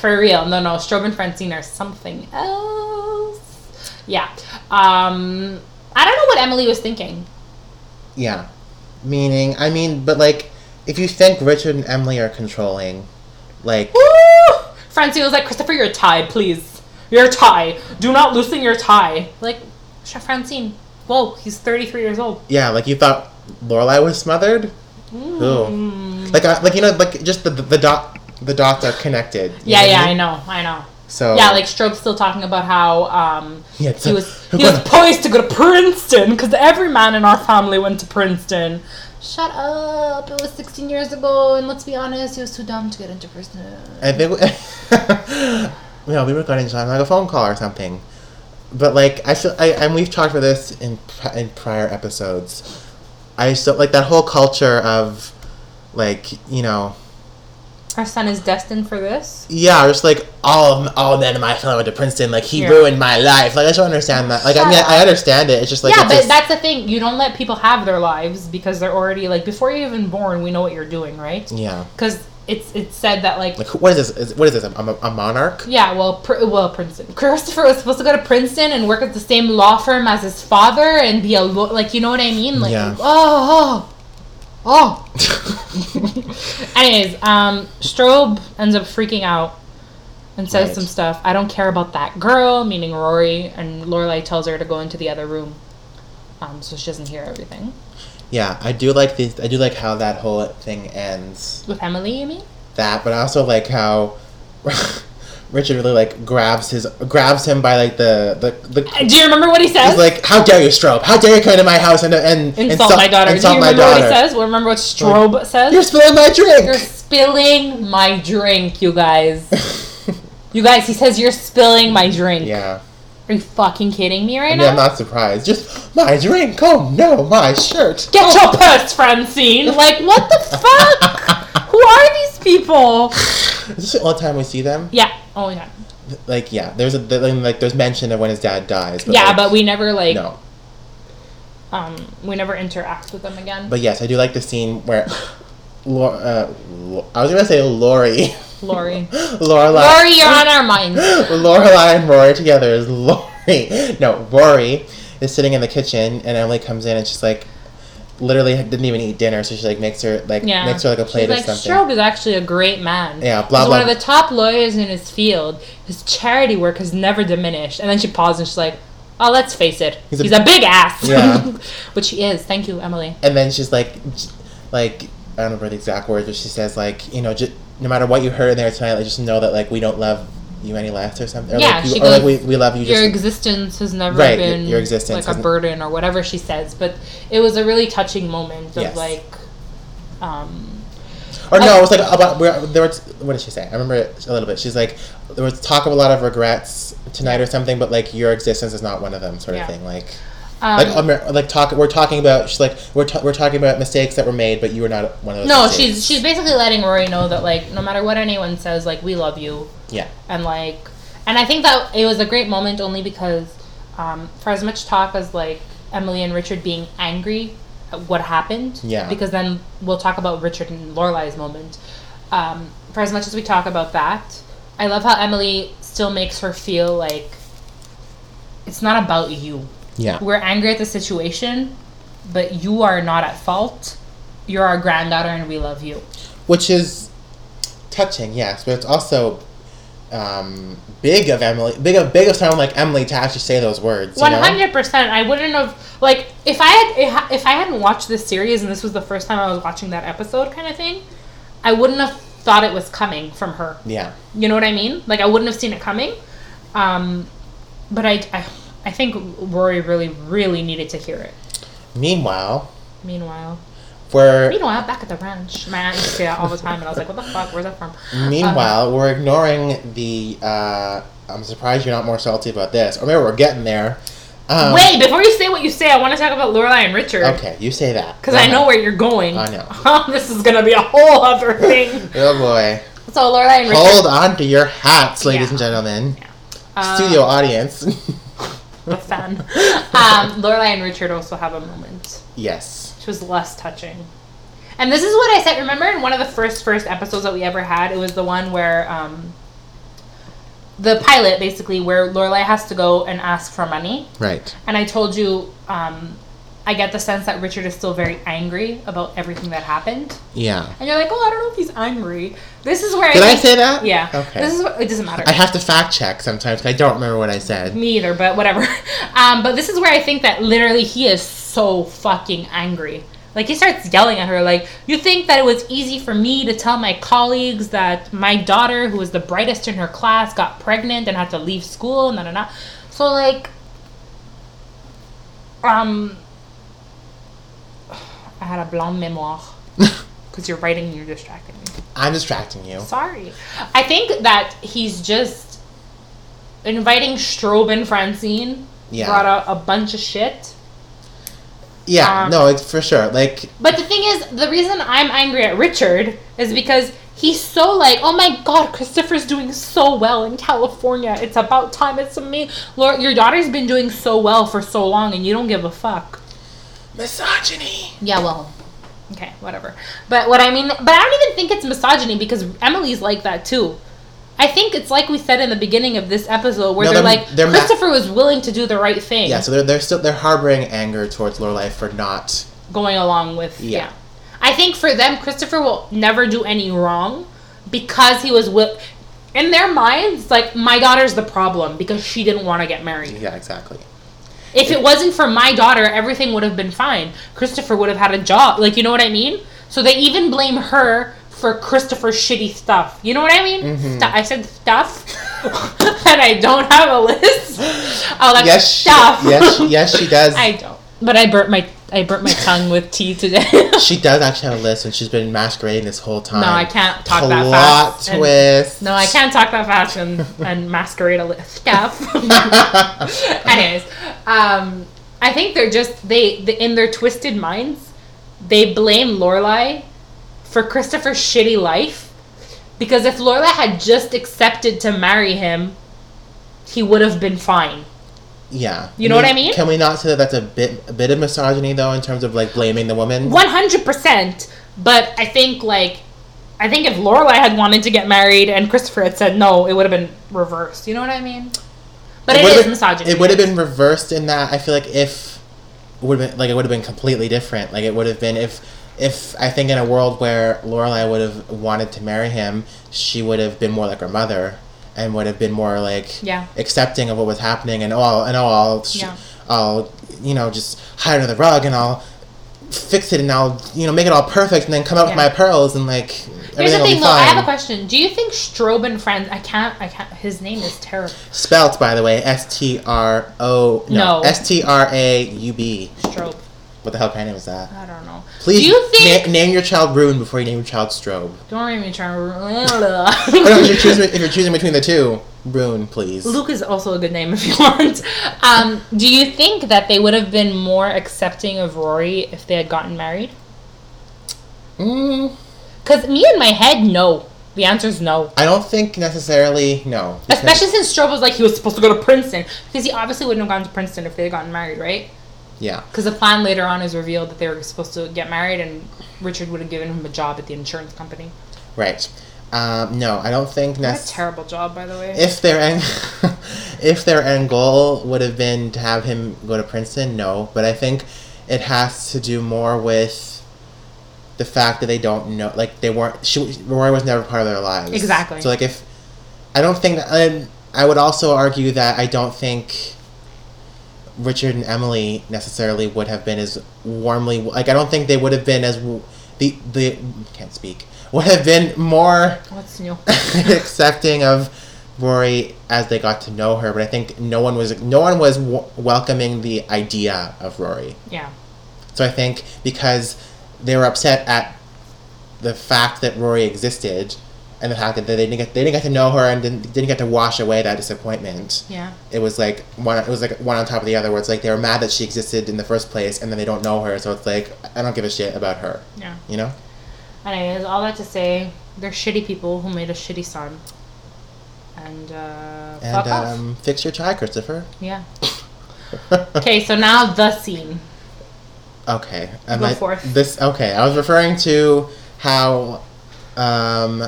A: For real. No, no. Strobe and Francine are something else. Yeah. Um I don't know what Emily was thinking.
B: Yeah. Meaning, I mean, but like, if you think Richard and Emily are controlling, like,
A: Woo! Francine was like, Christopher, your tie, please. Your tie. Do not loosen your tie. Like, Sh- Francine. Whoa, he's 33 years old.
B: yeah, like you thought Lorelai was smothered.
A: Mm.
B: Ooh. Like, uh, like you know, like just the the, the dot. The dots are connected. you
A: Yeah,
B: know what I
A: yeah,
B: mean?
A: I know, I know.
B: So
A: Yeah, like Strobe's still talking about how um,
B: Oh. Yeah, it's
A: he
B: a-
A: was
B: we're
A: he was
B: gonna-
A: poised to go to Princeton because every man in our family went to Princeton. Shut up! It was 16 years ago, and let's be honest, he was too dumb to get into Princeton.
B: I think we, no, we were going to have like a phone call or something. But like I feel, I, and we've talked about this in pri- in prior episodes. I still like that whole culture of, like you know,
A: Our son is destined for this.
B: yeah, just like all of, all men in my family went to Princeton. Like he
A: Yeah.
B: ruined my life. Like I just don't understand that. Like I mean,
A: Shut
B: I, I understand it. It's just like
A: yeah,
B: it's
A: but
B: just-
A: that's the thing. You don't let people have their lives because they're already like before you're even born. We know what you're doing, right?
B: yeah.
A: Because it's it's said that like
B: Like who- what is this? Is, what is this? I'm a, a monarch.
A: Yeah, well, pr- well, Princeton. Christopher was supposed to go to Princeton and work at the same law firm as his father and be a law- like, you know what I mean? Like,
B: Yeah.
A: oh, oh, Oh. Anyways, um, Strobe ends up freaking out and says
B: Right.
A: some stuff. I don't care about that girl, meaning Rory, and Lorelai tells her to go into the other room, um, so she doesn't hear everything.
B: yeah, I do like this. I do like how that whole thing ends.
A: With Emily, you mean?
B: That, but I also like how Richard really like grabs his grabs him by like the the the.
A: Uh, Do you remember what he says?
B: He's like, "How dare you, Strobe? How dare you come into my house and and
A: insult my daughter.
B: Insult
A: Do you
B: my
A: remember what he
B: daughter.
A: says? Well, remember what Strobe says?
B: You're spilling my drink."
A: You're spilling my drink, you guys. You guys, he says you're spilling my drink.
B: yeah.
A: Are you fucking kidding me right
B: I mean,
A: now?
B: I'm not surprised. Just my drink. Oh no, my shirt.
A: Get your purse, Francine. Like, what the fuck? Who are these people?
B: Is this the only time we see them?
A: Yeah. Oh my god.
B: Like, yeah, there's a like, there's mention of when his dad dies. But
A: yeah,
B: like,
A: but we never like
B: no.
A: um we never interact with them again.
B: But yes, I do like the scene where, Lor- uh, Lo- I was gonna say Lori,
A: Lori.
B: Lorelai,
A: Lori, you're on our minds.
B: Lorelai and Rory together is Lori. No, Rory is sitting in the kitchen, and Emily comes in, and she's like, literally didn't even eat dinner, so she like makes her like
A: Yeah.
B: makes her like a plate
A: She's
B: or
A: like,
B: something.
A: Strobe is actually a great man.
B: Yeah, blah,
A: He's
B: blah.
A: one of the top lawyers in his field. His charity work has never diminished. And then she paused and she's like, Oh, let's face it. He's
B: He's
A: a,
B: a-
A: big ass.
B: Yeah.
A: Which he is. Thank you, Emily.
B: and then she's like, j- like I don't remember the exact words, but she says like, you know, just, no matter what you heard in there tonight, like, just know that like we don't love you any less or something. Or,
A: Yeah,
B: like, you,
A: she
B: or like we,
A: goes,
B: we love you
A: Your
B: just.
A: existence has never
B: Right, your-
A: been
B: your existence
A: like a
B: hasn't-
A: burden or whatever she says. But it was a really touching moment of
B: Yes.
A: like um
B: Or no, it was like about where there was. What did she say? I remember it a little bit. She's like, there was talk of a lot of regrets tonight or something, but like your existence is not one of them, sort
A: Yeah.
B: of thing. Like.
A: um,
B: Like, um, like talk, we're talking about. She's like, we're, ta- we're talking about mistakes that were made, but you were not one of those.
A: No,
B: mistakes.
A: she's she's basically letting Rory know that like no matter what anyone says, like we love you.
B: yeah,
A: and like and i think that it was a great moment only because um, for as much talk as like emily and richard being angry at what happened
B: Yeah.
A: because then we'll talk about richard and lorelai's moment um, for as much as we talk about that i love how emily still makes her feel like it's not about you
B: yeah,
A: we're angry at the situation but you are not at fault you're our granddaughter and we love you
B: which is touching, yes, but it's also um, big of Emily, big of big of someone like Emily to actually say those words. You
A: One
B: know?
A: hundred percent. I wouldn't have like if I had if I hadn't watched this series and this was the first time I was watching that episode, kind of thing. I wouldn't have thought it was coming from her.
B: Yeah,
A: You know what I mean? Like I wouldn't have seen it coming. Um, but I, I, I think Rory really, really needed to hear it.
B: Meanwhile,
A: Meanwhile,
B: we're
A: meanwhile, back at the ranch, my aunt used to say that all the time, and I was like, "What the fuck? Where's that from?" Uh,
B: meanwhile we're ignoring the. Uh, I'm surprised you're not more salty about this, or maybe we're getting there. Um,
A: Wait, before you say what you say, I want to talk about Lorelai and Richard.
B: Okay, you say that
A: Because I know where you're going.
B: I know.
A: this is gonna be a whole other thing.
B: Oh boy!
A: So Lorelai and Richard.
B: Hold on to your hats, ladies and
A: Yeah.
B: gentlemen.
A: Uh,
B: Studio audience.
A: The fan. um, Lorelai and Richard also have a moment,
B: yes.
A: which was less touching. And this is what I said. Remember, in one of the first first episodes that we ever had, it was the one where um, the pilot basically where Lorelai has to go and ask for money.
B: Right.
A: And I told you, um, I get the sense that Richard is still very angry about everything that happened.
B: Yeah.
A: And you're like, oh, I don't know if he's angry. This is where
B: Did I
A: think-
B: say that?
A: Yeah.
B: Okay.
A: This is what, it doesn't matter.
B: I have to fact check sometimes 'cause I don't remember what I said.
A: Me either, but whatever. Um, but this is where I think that literally he is so fucking angry. Like he starts yelling at her, like, "You think that it was easy for me to tell my colleagues that my daughter, who was the brightest in her class, got pregnant and had to leave school?" And da da da. So like, um, I had a blanc memoire because you're writing and you're distracting me.
B: I'm distracting you.
A: Sorry. I think that he's just inviting Strobe and Francine
B: Yeah.
A: brought out a bunch of shit.
B: Yeah,
A: Um,
B: no, it's for sure. Like,
A: But the thing is, the reason I'm angry at Richard is because he's so like, oh my god, Christopher's doing so well in California. It's about time. It's amazing. Lord, your daughter's been doing so well for so long, and you don't give a fuck.
B: misogyny.
A: Yeah, well, okay, whatever. But what I mean, but I don't even think it's misogyny because Emily's like that too. I think it's like we said in the beginning of this episode where
B: No,
A: they're,
B: they're-
A: like
B: they're ma-
A: Christopher was willing to do the right thing,
B: Yeah, so they're, they're still they're harboring anger towards Lorelai for not.
A: going along with yeah.
B: Yeah.
A: I think for them, Christopher will never do any wrong because he was with. In their minds, it's like my daughter's the problem because she didn't want to get married.
B: Yeah, exactly.
A: If it wasn't for my daughter, everything would have been fine. Christopher would have had a job. Like, you know what I mean? So they even blame her for Christopher's shitty stuff. You know what I mean?
B: Mm-hmm.
A: Stu- I said stuff, and I don't have a list. Oh, that's
B: Yes, she,
A: stuff.
B: yes, she- yes, she does.
A: I don't. But I burnt my I burnt my tongue with tea today.
B: she does actually have a list, and she's been masquerading this whole time.
A: no, I can't talk
B: Plot
A: that fast. and-
B: twist.
A: no, I can't talk that fast and, and masquerade a list stuff. Anyways, um, I think they're just they the, in their twisted minds, they blame Lorelai for Christopher's shitty life because if Lorelai had just accepted to marry him, he would have been fine.
B: Yeah.
A: You know what I mean?
B: Can we not say that that's a bit a bit of misogyny though in terms of like blaming the woman?
A: One hundred percent. But I think like I think if Lorelai had wanted to get married and Christopher had said no, it would have been reversed. You know what I mean? But it
B: would've
A: is
B: been-
A: misogyny.
B: It would have been reversed in that I feel like if it would have been like it would have been completely different. Like it would have been if if I think in a world where Lorelai would have wanted to marry him, she would have been more like her mother and would have been more like
A: Yeah.
B: accepting of what was happening and oh I'll, and oh I'll sh-
A: Yeah.
B: I'll you know just hide under the rug and I'll fix it and I'll you know make it all perfect and then come out
A: Yeah.
B: with my pearls and like
A: Here's the
B: everything will be
A: thing, though. I
B: fine.
A: have a question. Do you think Strobe and Friends? I can't. I can't. His name is terrible.
B: Spelt, by the way, S T R O
A: No.
B: no S T R A U B.
A: Strobe.
B: What the hell kind of name is that?
A: I don't know.
B: Please
A: Do you think?
B: na- name your child Ruin before you name your child Strobe.
A: don't even try
B: Or no, if
A: to.
B: you're choosing if you're choosing between the two, Ruin, please.
A: Luke is also a good name if you want. Um, do you think that they would have been more accepting of Rory if they had gotten married?
B: Mm,
A: Because me in my head, no. The answer is no.
B: I don't think necessarily no. because-
A: Especially since Strobe was like he was supposed to go to Princeton because he obviously wouldn't have gone to Princeton if they had gotten married, right?
B: yeah.
A: Because the plan later on is revealed that they were supposed to get married, and Richard would have given him a job at the insurance company.
B: Right. Um, no, I don't think
A: What a
B: necessarily.
A: terrible job, by the way.
B: If their end, if their end goal would have been to have him go to Princeton, no. But I think it has to do more with the fact that they don't know, like they weren't. She, Rory was never part of their lives.
A: Exactly.
B: So like, if I don't think, and I would also argue that I don't think Richard and Emily necessarily would have been as warmly like. I don't think they would have been as w- the the can't speak would have been more
A: What's new?
B: accepting of Rory as they got to know her, but I think no one was no one was w- welcoming the idea of Rory.
A: yeah.
B: So I think because they were upset at the fact that Rory existed and the fact that they didn't get they didn't get to know her and didn't, didn't get to wash away that disappointment.
A: Yeah.
B: It was like one it was like one on top of the other where it's like they were mad that she existed in the first place and then they don't know her, so it's like I don't give a shit about her.
A: Yeah.
B: You know?
A: Anyways, all that to say, they're shitty people who made a shitty son. And, uh, fuck
B: And
A: off.
B: um, fix your tie, Christopher.
A: Yeah. Okay, so now the scene.
B: Okay. am
A: Go
B: I-
A: forth.
B: This okay. I was referring to how um,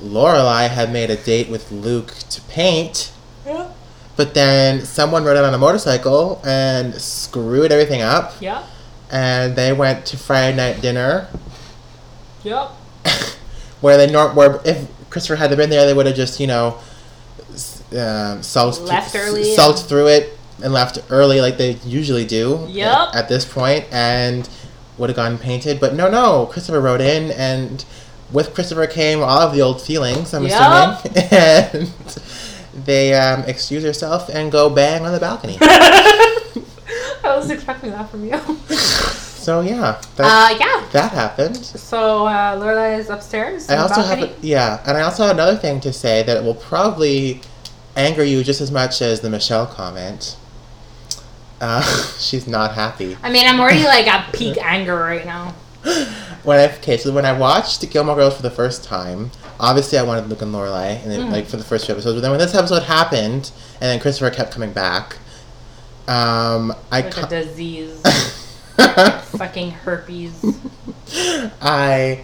B: Lorelai had made a date with Luke to paint,
A: Yeah.
B: but then someone rode out on a motorcycle and screwed everything up,
A: Yep.
B: and they went to Friday night dinner,
A: Yep.
B: where they nor- where if Christopher had been there, they would have just you know s- um, sulked
A: Left early
B: sulked through it and left early like they usually do
A: Yup.
B: at this point and would have gone painted but no no christopher rode in and with christopher came all of the old feelings i'm
A: Yup.
B: assuming and they um, excuse herself and go bang on the balcony
A: I was expecting that from you.
B: so yeah that,
A: Uh, yeah.
B: that happened
A: So, uh, Lorelai is upstairs.
B: I
A: on the
B: also have
A: balcony.
B: a, yeah, and I also have another thing to say that will probably anger you just as much as the Michelle comment. Uh, she's not happy.
A: I mean, I'm already like at peak anger right now.
B: When I okay, so when I watched Gilmore Girls for the first time, obviously I wanted Luke and Lorelai, and then, like for the first few episodes. But then when this episode happened, and then Christopher kept coming back, um, I
A: Like
B: ca-
A: a disease. fucking herpes.
B: I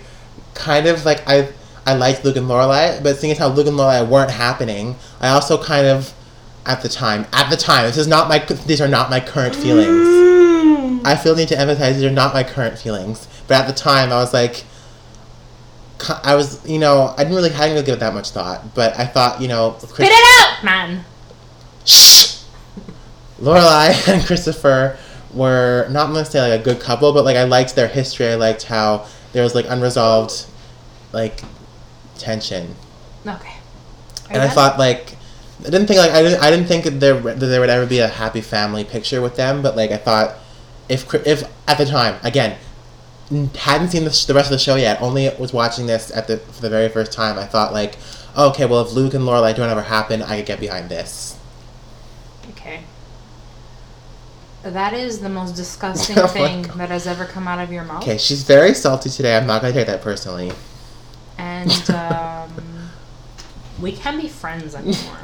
B: kind of like I I liked Luke and Lorelai, but seeing as how Luke and Lorelai weren't happening, I also kind of at the time at the time this is not my these are not my current feelings. I feel the need to emphasize these are not my current feelings, but at the time I was like, ki- I was you know I didn't really I didn't really give it that much thought, but I thought you know
A: Spit it out, man.
B: Lorelai and Christopher were not necessarily like a good couple, but like I liked their history. I liked how there was like unresolved like tension,
A: Okay.
B: and I thought like I didn't think like I didn't I didn't think that there that there would ever be a happy family picture with them, but like I thought if Chri- if at the time again n- hadn't seen the, sh- the rest of the show yet, only was watching this at the for the very first time, I thought like oh, okay, well if Luke and Lorelai don't ever happen, I could get behind this.
A: Okay. That is the most disgusting
B: Oh my
A: thing
B: God.
A: that has ever come out of your mouth.
B: Okay, she's very salty today. I'm not gonna take that personally.
A: And um, we can be friends anymore.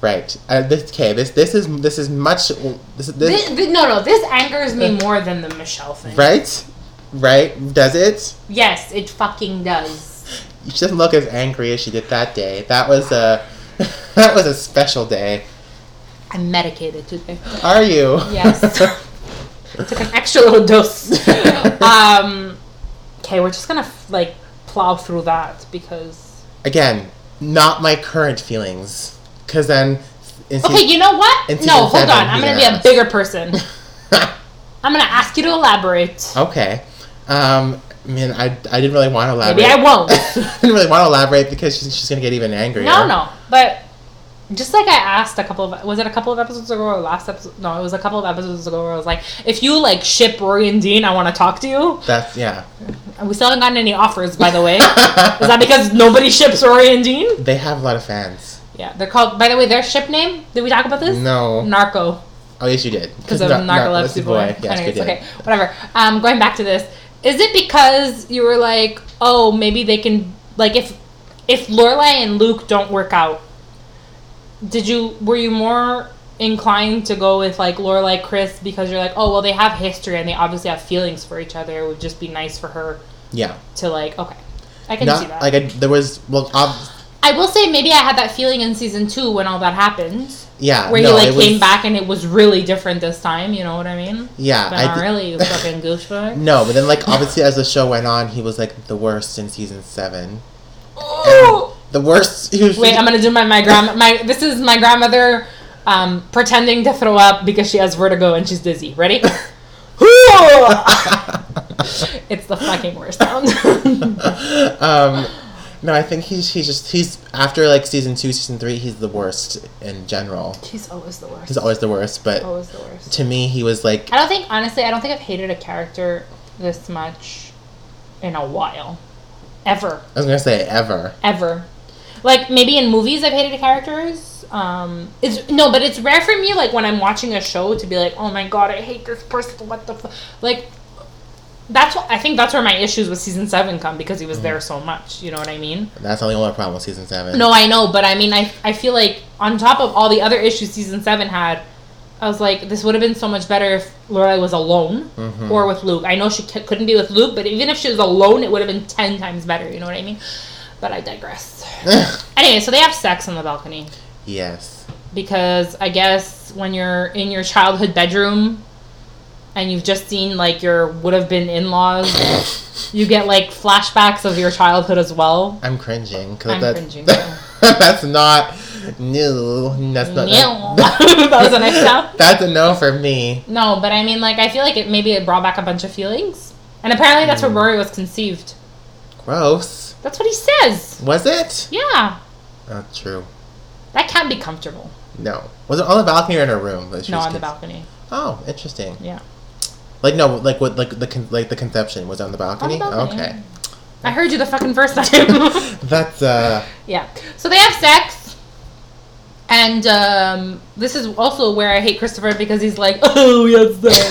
B: Right. Uh, this, okay. This this is this is much. This is
A: this,
B: this. Uh,
A: thi- no, no, this angers me more than the Michelle thing.
B: Right. Right. Does it?
A: Yes, it fucking does.
B: She doesn't look as angry as she did that day. That was a. that was a special day.
A: I'm medicated today.
B: Are you?
A: Yes. Took an extra little dose. um, okay, we're just gonna like plow through that because.
B: Again, not my current feelings, because then. In
A: Okay, you know what?
B: in season
A: No, hold
B: seven,
A: on. I'm
B: he's
A: gonna be
B: gonna
A: a
B: ask.
A: bigger person. I'm gonna ask you to elaborate.
B: okay. Um. I mean, I, I didn't really want to elaborate.
A: Maybe I won't.
B: I didn't really want to elaborate because she's, she's gonna get even angrier.
A: No, no. But just like I asked a couple of was it a couple of episodes ago or last episode? No, it was a couple of episodes ago where I was like, if you like ship Rory and Dean, I want to talk to you.
B: That's yeah.
A: And we still haven't gotten any offers, by the way. Is that because nobody ships Rory and Dean?
B: They have a lot of fans.
A: Yeah, they're called. By the way, their ship name. Did we talk about this?
B: No.
A: Narco.
B: Oh yes, you did.
A: because of
B: Nar- Nar-
A: narcolepsy
B: Lipsy
A: boy.
B: Yes, you
A: Anyways,
B: did.
A: okay, whatever. Um, going back to this, is it because you were like, oh, maybe they can like if if Lorelai and Luke don't work out, did you were you more inclined to go with like Lorelai Chris because you're like, oh, well, they have history and they obviously have feelings for each other. It would just be nice for her
B: Yeah.
A: to like, okay, I can see
B: Not
A: that.
B: like I, there was well, ob-
A: I will say maybe I had that feeling in season two when all that happened.
B: yeah.
A: Where
B: no,
A: he
B: it
A: like
B: was-
A: came back and it was really different this time, you know what I mean?
B: Yeah,
A: But not
B: thi-
A: really, you fucking douchebag.
B: No, but then like obviously as the show went on, he was like the worst in season seven.
A: Ooh!
B: The worst. He was,
A: Wait, I'm gonna do my my grandma. My this is my grandmother um, pretending to throw up because she has vertigo and she's dizzy. Ready? it's the fucking worst sound.
B: um, no, I think he's he's just he's after like season two, season three, he's the worst in general.
A: she's always the worst.
B: He's always the worst, but
A: always the worst.
B: to me, he was like
A: I don't think honestly. I don't think I've hated a character this much in a while, ever.
B: I was gonna say ever.
A: ever. Like maybe in movies I've hated characters. Um, it's no, but it's rare for me. Like when I'm watching a show to be like, oh my god, I hate this person. What the f-? like. That's what I think. That's where my issues with season seven come because he was there so much. You know what I mean?
B: That's not the only problem with season seven.
A: No, I know, but I mean, I I feel like on top of all the other issues season seven had, I was like, this would have been so much better if Lorelai was alone or with Luke. I know she c- couldn't be with Luke, but even if she was alone, it would have been ten times better. You know what I mean? But I digress. Anyway, so they have sex on the balcony
B: yes.
A: because I guess when you're in your childhood bedroom and you've just seen like your would have been in laws, you get like flashbacks of your childhood as well.
B: I'm cringing. Cause
A: I'm
B: that's,
A: cringing, too.
B: that's not new. That's not.
A: No. That was a nice sound.
B: That's a no for me.
A: No, but I mean, like, I feel like it maybe it brought back a bunch of feelings. And apparently that's where Rory was conceived.
B: Gross.
A: That's what he says.
B: Was it?
A: Yeah.
B: Not true.
A: That can't be comfortable.
B: No. Was it on the balcony or in her room? that she
A: no,
B: was
A: on the
B: con-
A: balcony.
B: Oh, interesting.
A: Yeah.
B: Like no, like what? Like the con- like the conception was on the
A: On the
B: balcony.
A: balcony.
B: Okay.
A: I heard you the fucking first time.
B: That's uh.
A: yeah. So they have sex. And um, this is also where I hate Christopher because he's like, oh, yes, sir.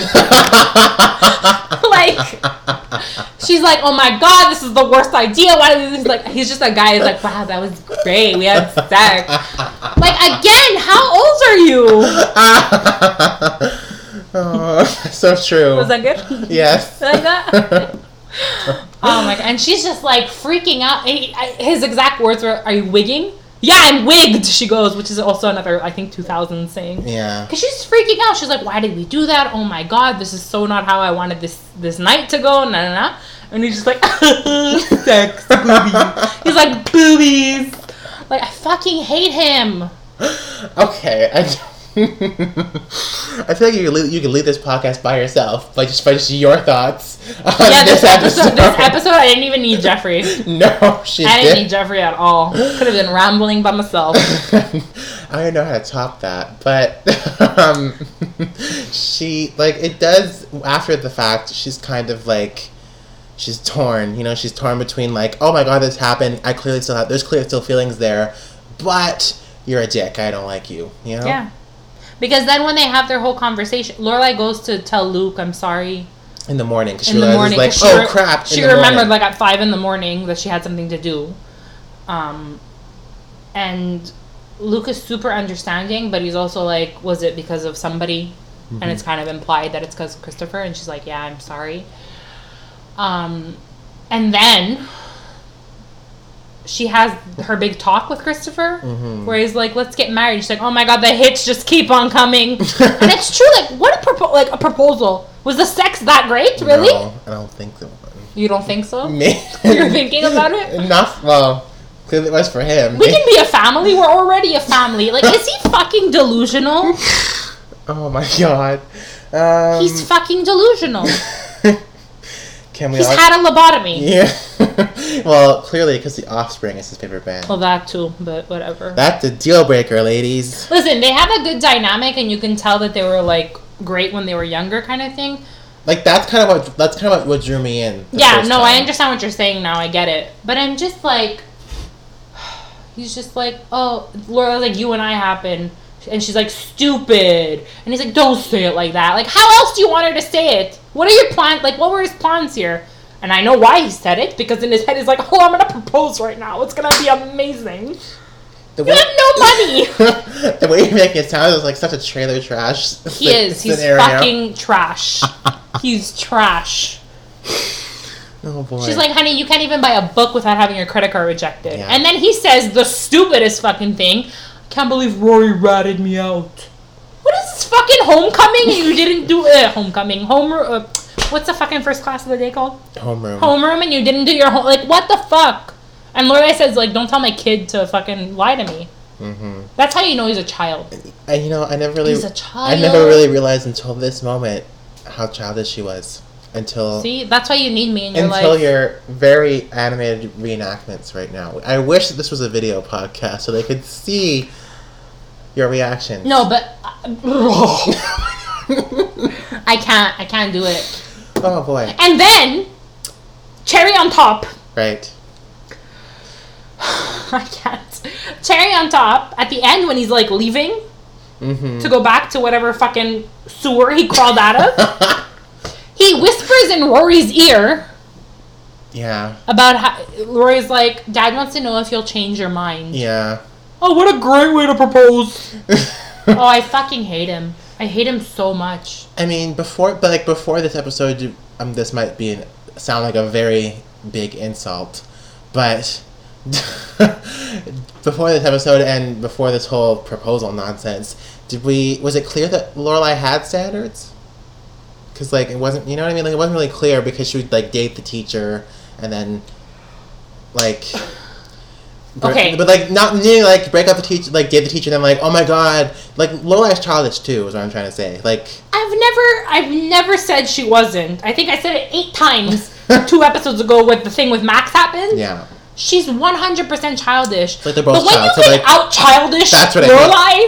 A: like, she's like, oh my god, this is the worst idea. Why did this? Like, he's just a guy. He's like, wow, that was great. We had sex. Like again, how old are you?
B: oh, so true.
A: Was that good?
B: yes.
A: like that? Oh my god! And she's just like freaking out. He- I- His exact words were, "Are you wigging?" Yeah, and wigged, she goes, which is also another, I think, 2000 saying.
B: Yeah.
A: Because she's freaking out. She's like, why did we do that? Oh my god, this is so not how I wanted this this night to go. Nah, nah, nah. And he's just like, sex, boobies. He's like, boobies. Like, I fucking hate him.
B: Okay. I, I feel like you could leave, you could leave this podcast by yourself, like just by just your thoughts on
A: Yeah,
B: this, episode.
A: This episode, I didn't even need Jeffrey.
B: No, she
A: I didn't need
B: did.
A: Jeffrey at all. Could have been rambling by myself.
B: I don't know how to top that, but um, she like it does after the fact. She's kind of like she's torn. You know, she's torn between like, oh my god, this happened. I clearly still have there's clearly still feelings there, but you're a dick. I don't like you. You know.
A: Yeah. Because then when they have their whole conversation, Lorelai goes to tell Luke, I'm sorry,
B: In the morning, because she
A: in the
B: realizes
A: morning.
B: like,
A: 'cause she
B: oh
A: re-
B: crap.
A: She
B: in the
A: remembered
B: morning.
A: like at five in the morning that she had something to do. Um, and Luke is super understanding, but he's also like, was it because of somebody? And it's kind of implied that it's because of Christopher. And she's like, yeah, I'm sorry. Um, and then she has her big talk with Christopher, where he's like, "Let's get married." She's like, "Oh my god, the hits just keep on coming," and it's true. Like, what a propo- like a proposal was the sex that great? Really?
B: No, I don't think so.
A: You don't think so?
B: Me?
A: You're thinking about it?
B: Enough. Well, clearly it was for him.
A: We can be a family. We're already a family. Like, is he fucking delusional?
B: oh my god. Um,
A: He's fucking delusional.
B: can we?
A: He's
B: all-
A: had a lobotomy.
B: yeah. well, clearly because the Offspring is his favorite band.
A: Well, that too, but whatever.
B: That's a deal breaker, ladies.
A: Listen, they have a good dynamic, and you can tell that they were like great when they were younger, kind of thing.
B: Like that's kind of what that's kind of what drew me in. the
A: yeah,
B: first
A: no, I
B: time.
A: understand what you're saying now. I get it, but I'm just like, he's just like, oh, Laura, like you and I happen, and she's like, stupid, and he's like, don't say it like that. Like, how else do you want her to say it? What are your plans? Like, what were his plans here? And I know why he said it because in his head he's like, oh, I'm gonna propose right now. It's gonna be amazing.
B: The
A: You
B: way,
A: have no money.
B: the way you make it sound is like such a trailer trash.
A: He is. He's
B: scenario.
A: fucking trash. He's trash.
B: Oh boy.
A: She's like, honey, you can't even buy a book without having your credit card rejected.
B: Yeah.
A: And then he says the stupidest fucking thing. I can't believe Rory ratted me out. What is this fucking homecoming? you didn't do uh, homecoming. Home. Uh, what's the fucking first class of the day called?
B: homeroom.
A: Homeroom, and you didn't do your home. Like, what the fuck? And Lorelai says, like, don't tell my kid to fucking lie to me.
B: Mm-hmm.
A: That's how you know he's a child.
B: And you know, I never really,
A: He's a
B: I
A: child.
B: never really realized until this moment how childish she was. Until
A: See, that's why you need me in your
B: until
A: life.
B: your very animated reenactments right now. I wish that this was a video podcast so they could see your reaction.
A: no, but uh, I can't. I can't do it.
B: oh boy.
A: And then, cherry on top.
B: Right.
A: I can't. Cherry on top. At the end, when he's like leaving
B: Mm-hmm.
A: to go back to whatever fucking sewer he crawled out of, he whispers in Rory's ear
B: yeah.
A: about how Rory's like, Dad wants to know if you'll change your mind.
B: Yeah.
A: Oh, what a great way to propose. oh, I fucking hate him. I hate him so much.
B: I mean, before, but like before this episode, you- um, this might be an, sound like a very big insult, but before this episode and before this whole proposal nonsense, did we? Was it clear that Lorelai had standards? Because like it wasn't, you know what I mean? Like it wasn't really clear because she would like date the teacher and then like. bre-
A: Okay.
B: but like not nearly like break up the teacher, like date the teacher, and then like oh my god, like Lorelai's childish too is what I'm trying to say. Like
A: I've never, I've never said she wasn't. I think I said it eight times two episodes ago with the thing with Max happened.
B: yeah,
A: She's 100% childish.
B: Like, they're both
A: but when
B: child, so,
A: you can
B: like,
A: out childish
B: that's what I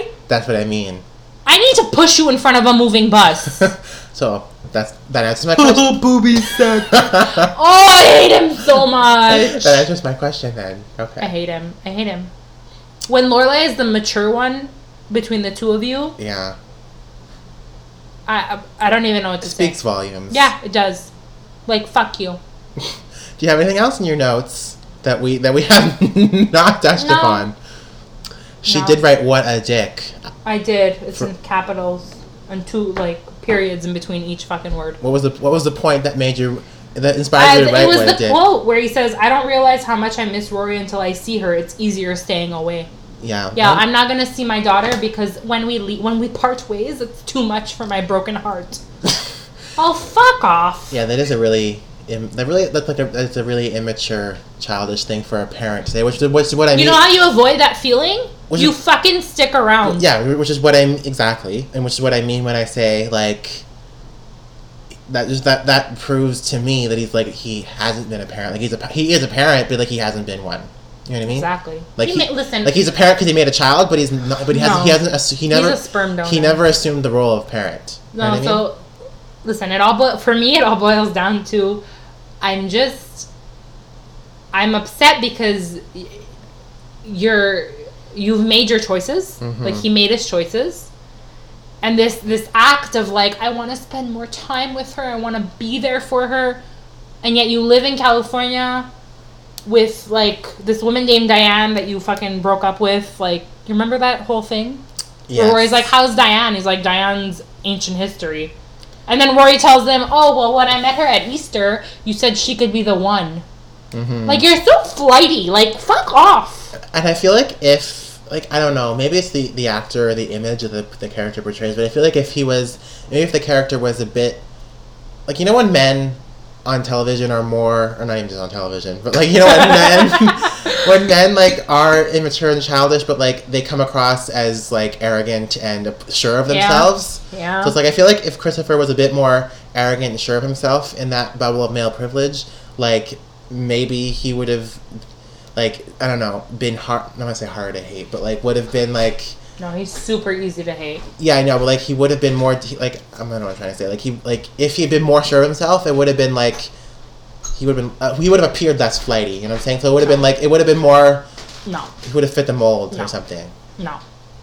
A: Lorelai,
B: That's what I mean.
A: I need to push you in front of a moving bus. oh,
B: so that's that answers my question.
C: Oh, booby sex.
B: that
A: Oh, I hate him so much.
B: answers my question then.
A: I
B: Okay.
A: hate him. I hate him. When Lorelai is the mature one between the two of you,
B: Yeah.
A: I I I don't even know what to
B: Speaks
A: say.
B: volumes.
A: Yeah, it does. Like fuck you.
B: Do you have anything else in your notes that we that we have not touched
A: No.
B: upon? She
A: No.
B: did write "What a dick."
A: I did. It's
B: For-
A: in capitals and two like periods in between each fucking word.
B: What was the What was the point that made you that
A: I,
B: inspired you to
A: Uh, it
B: write
A: was
B: "What a
A: the
B: dick"?
A: quote where he says, "I don't realize how much I miss Rory until I see her. It's easier staying away."
B: Yeah.
A: Yeah,
B: I'm-
A: I'm not gonna see my daughter because when we le- when we part ways, it's too much for my broken heart. oh, fuck off.
B: Yeah, that is a really im- that really that's like a, that's a really immature, childish thing for a parent to say, which which is what I
A: You
B: mean.
A: know how you avoid that feeling?
B: Was
A: you
B: it-
A: fucking stick around.
B: yeah, which is what I'm exactly, and which is what I mean when I say like that just that that proves to me that he's like he hasn't been a parent. Like he's a pa- he is a parent, but like he hasn't been one. You know what I mean?
A: Exactly.
B: Like
A: he,
B: he-
A: ma- listen.
B: Like he's a parent because he made a child, but he's not. But he hasn't.
A: No.
B: He hasn't. assu- He
A: he's
B: never.
A: a sperm donor.
B: he never assumed the role of parent. You know
A: No,
B: what I mean?
A: so listen, it all but for me it all boils down to I'm just I'm upset because y- you're you've made your choices.
B: Mm-hmm.
A: Like he made his choices. And this this act of like I want to spend more time with her, I want to be there for her, and yet you live in California with like this woman named Diane that you fucking broke up with. Like, you remember that whole thing? Where
B: Yes.
A: Rory's like, "How's Diane?" He's like, "Diane's ancient history," and then Rory tells them, "Oh well, when I met her at Easter, you said she could be the one."
B: Mhm.
A: Like you're so flighty. Like fuck off.
B: And I feel like if like I don't know, maybe it's the the actor or the image of the the character portrays, but I feel like if he was maybe if the character was a bit like you know when men on television are more or not even just on television, but like you know when men when men like are immature and childish, but like they come across as like arrogant and sure of
A: Yeah.
B: themselves.
A: Yeah.
B: So it's like I feel like if Christopher was a bit more arrogant and sure of himself in that bubble of male privilege, like maybe he would have, like I don't know, been hard. Not gonna say hard to hate, but like would have been like
A: no, he's super easy to hate.
B: yeah I know, but like he would have been more he- like I don't know what I'm trying to say. Like he like if he had been more sure of himself, it would have been like he would have been uh, he would have appeared less flighty. You know what I'm saying? So it would have been like it would have been more
A: No,
B: he would have fit the mold
A: No.
B: or something.
A: no,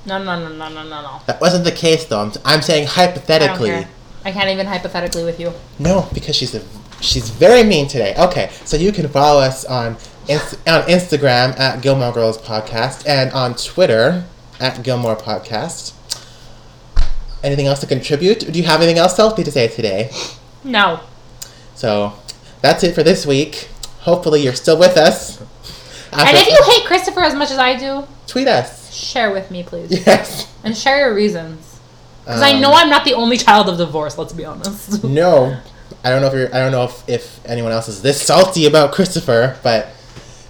A: no, no, no, no, no, no, no.
B: That wasn't the case though. I'm, I'm saying
A: I don't
B: hypothetically.
A: care. I can't even hypothetically with you.
B: No, because she's a, she's very mean today. Okay, so you can follow us on Inst- on Instagram at Gilmore Girls Podcast and on Twitter at Gilmore Podcast. Anything else to contribute? Do you have anything else, Sophie, to say today?
A: No.
B: So that's it for this week. Hopefully, you're still with us.
A: And
B: After-
A: if you hate Christopher as much as I do,
B: tweet us,
A: share with me, please,
B: yes.
A: and share your reasons. Because I know
B: Um,
A: I'm not the only child of divorce. Let's be honest.
B: No, I don't know if you're. I don't know if, if anyone else is this salty about Christopher, but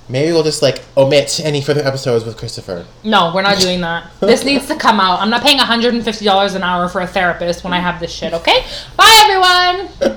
B: maybe we'll just like omit any further episodes with Christopher.
A: No, we're not doing that. This needs to come out. I'm not paying $150 an hour for a therapist when I have this shit, okay? Bye, everyone!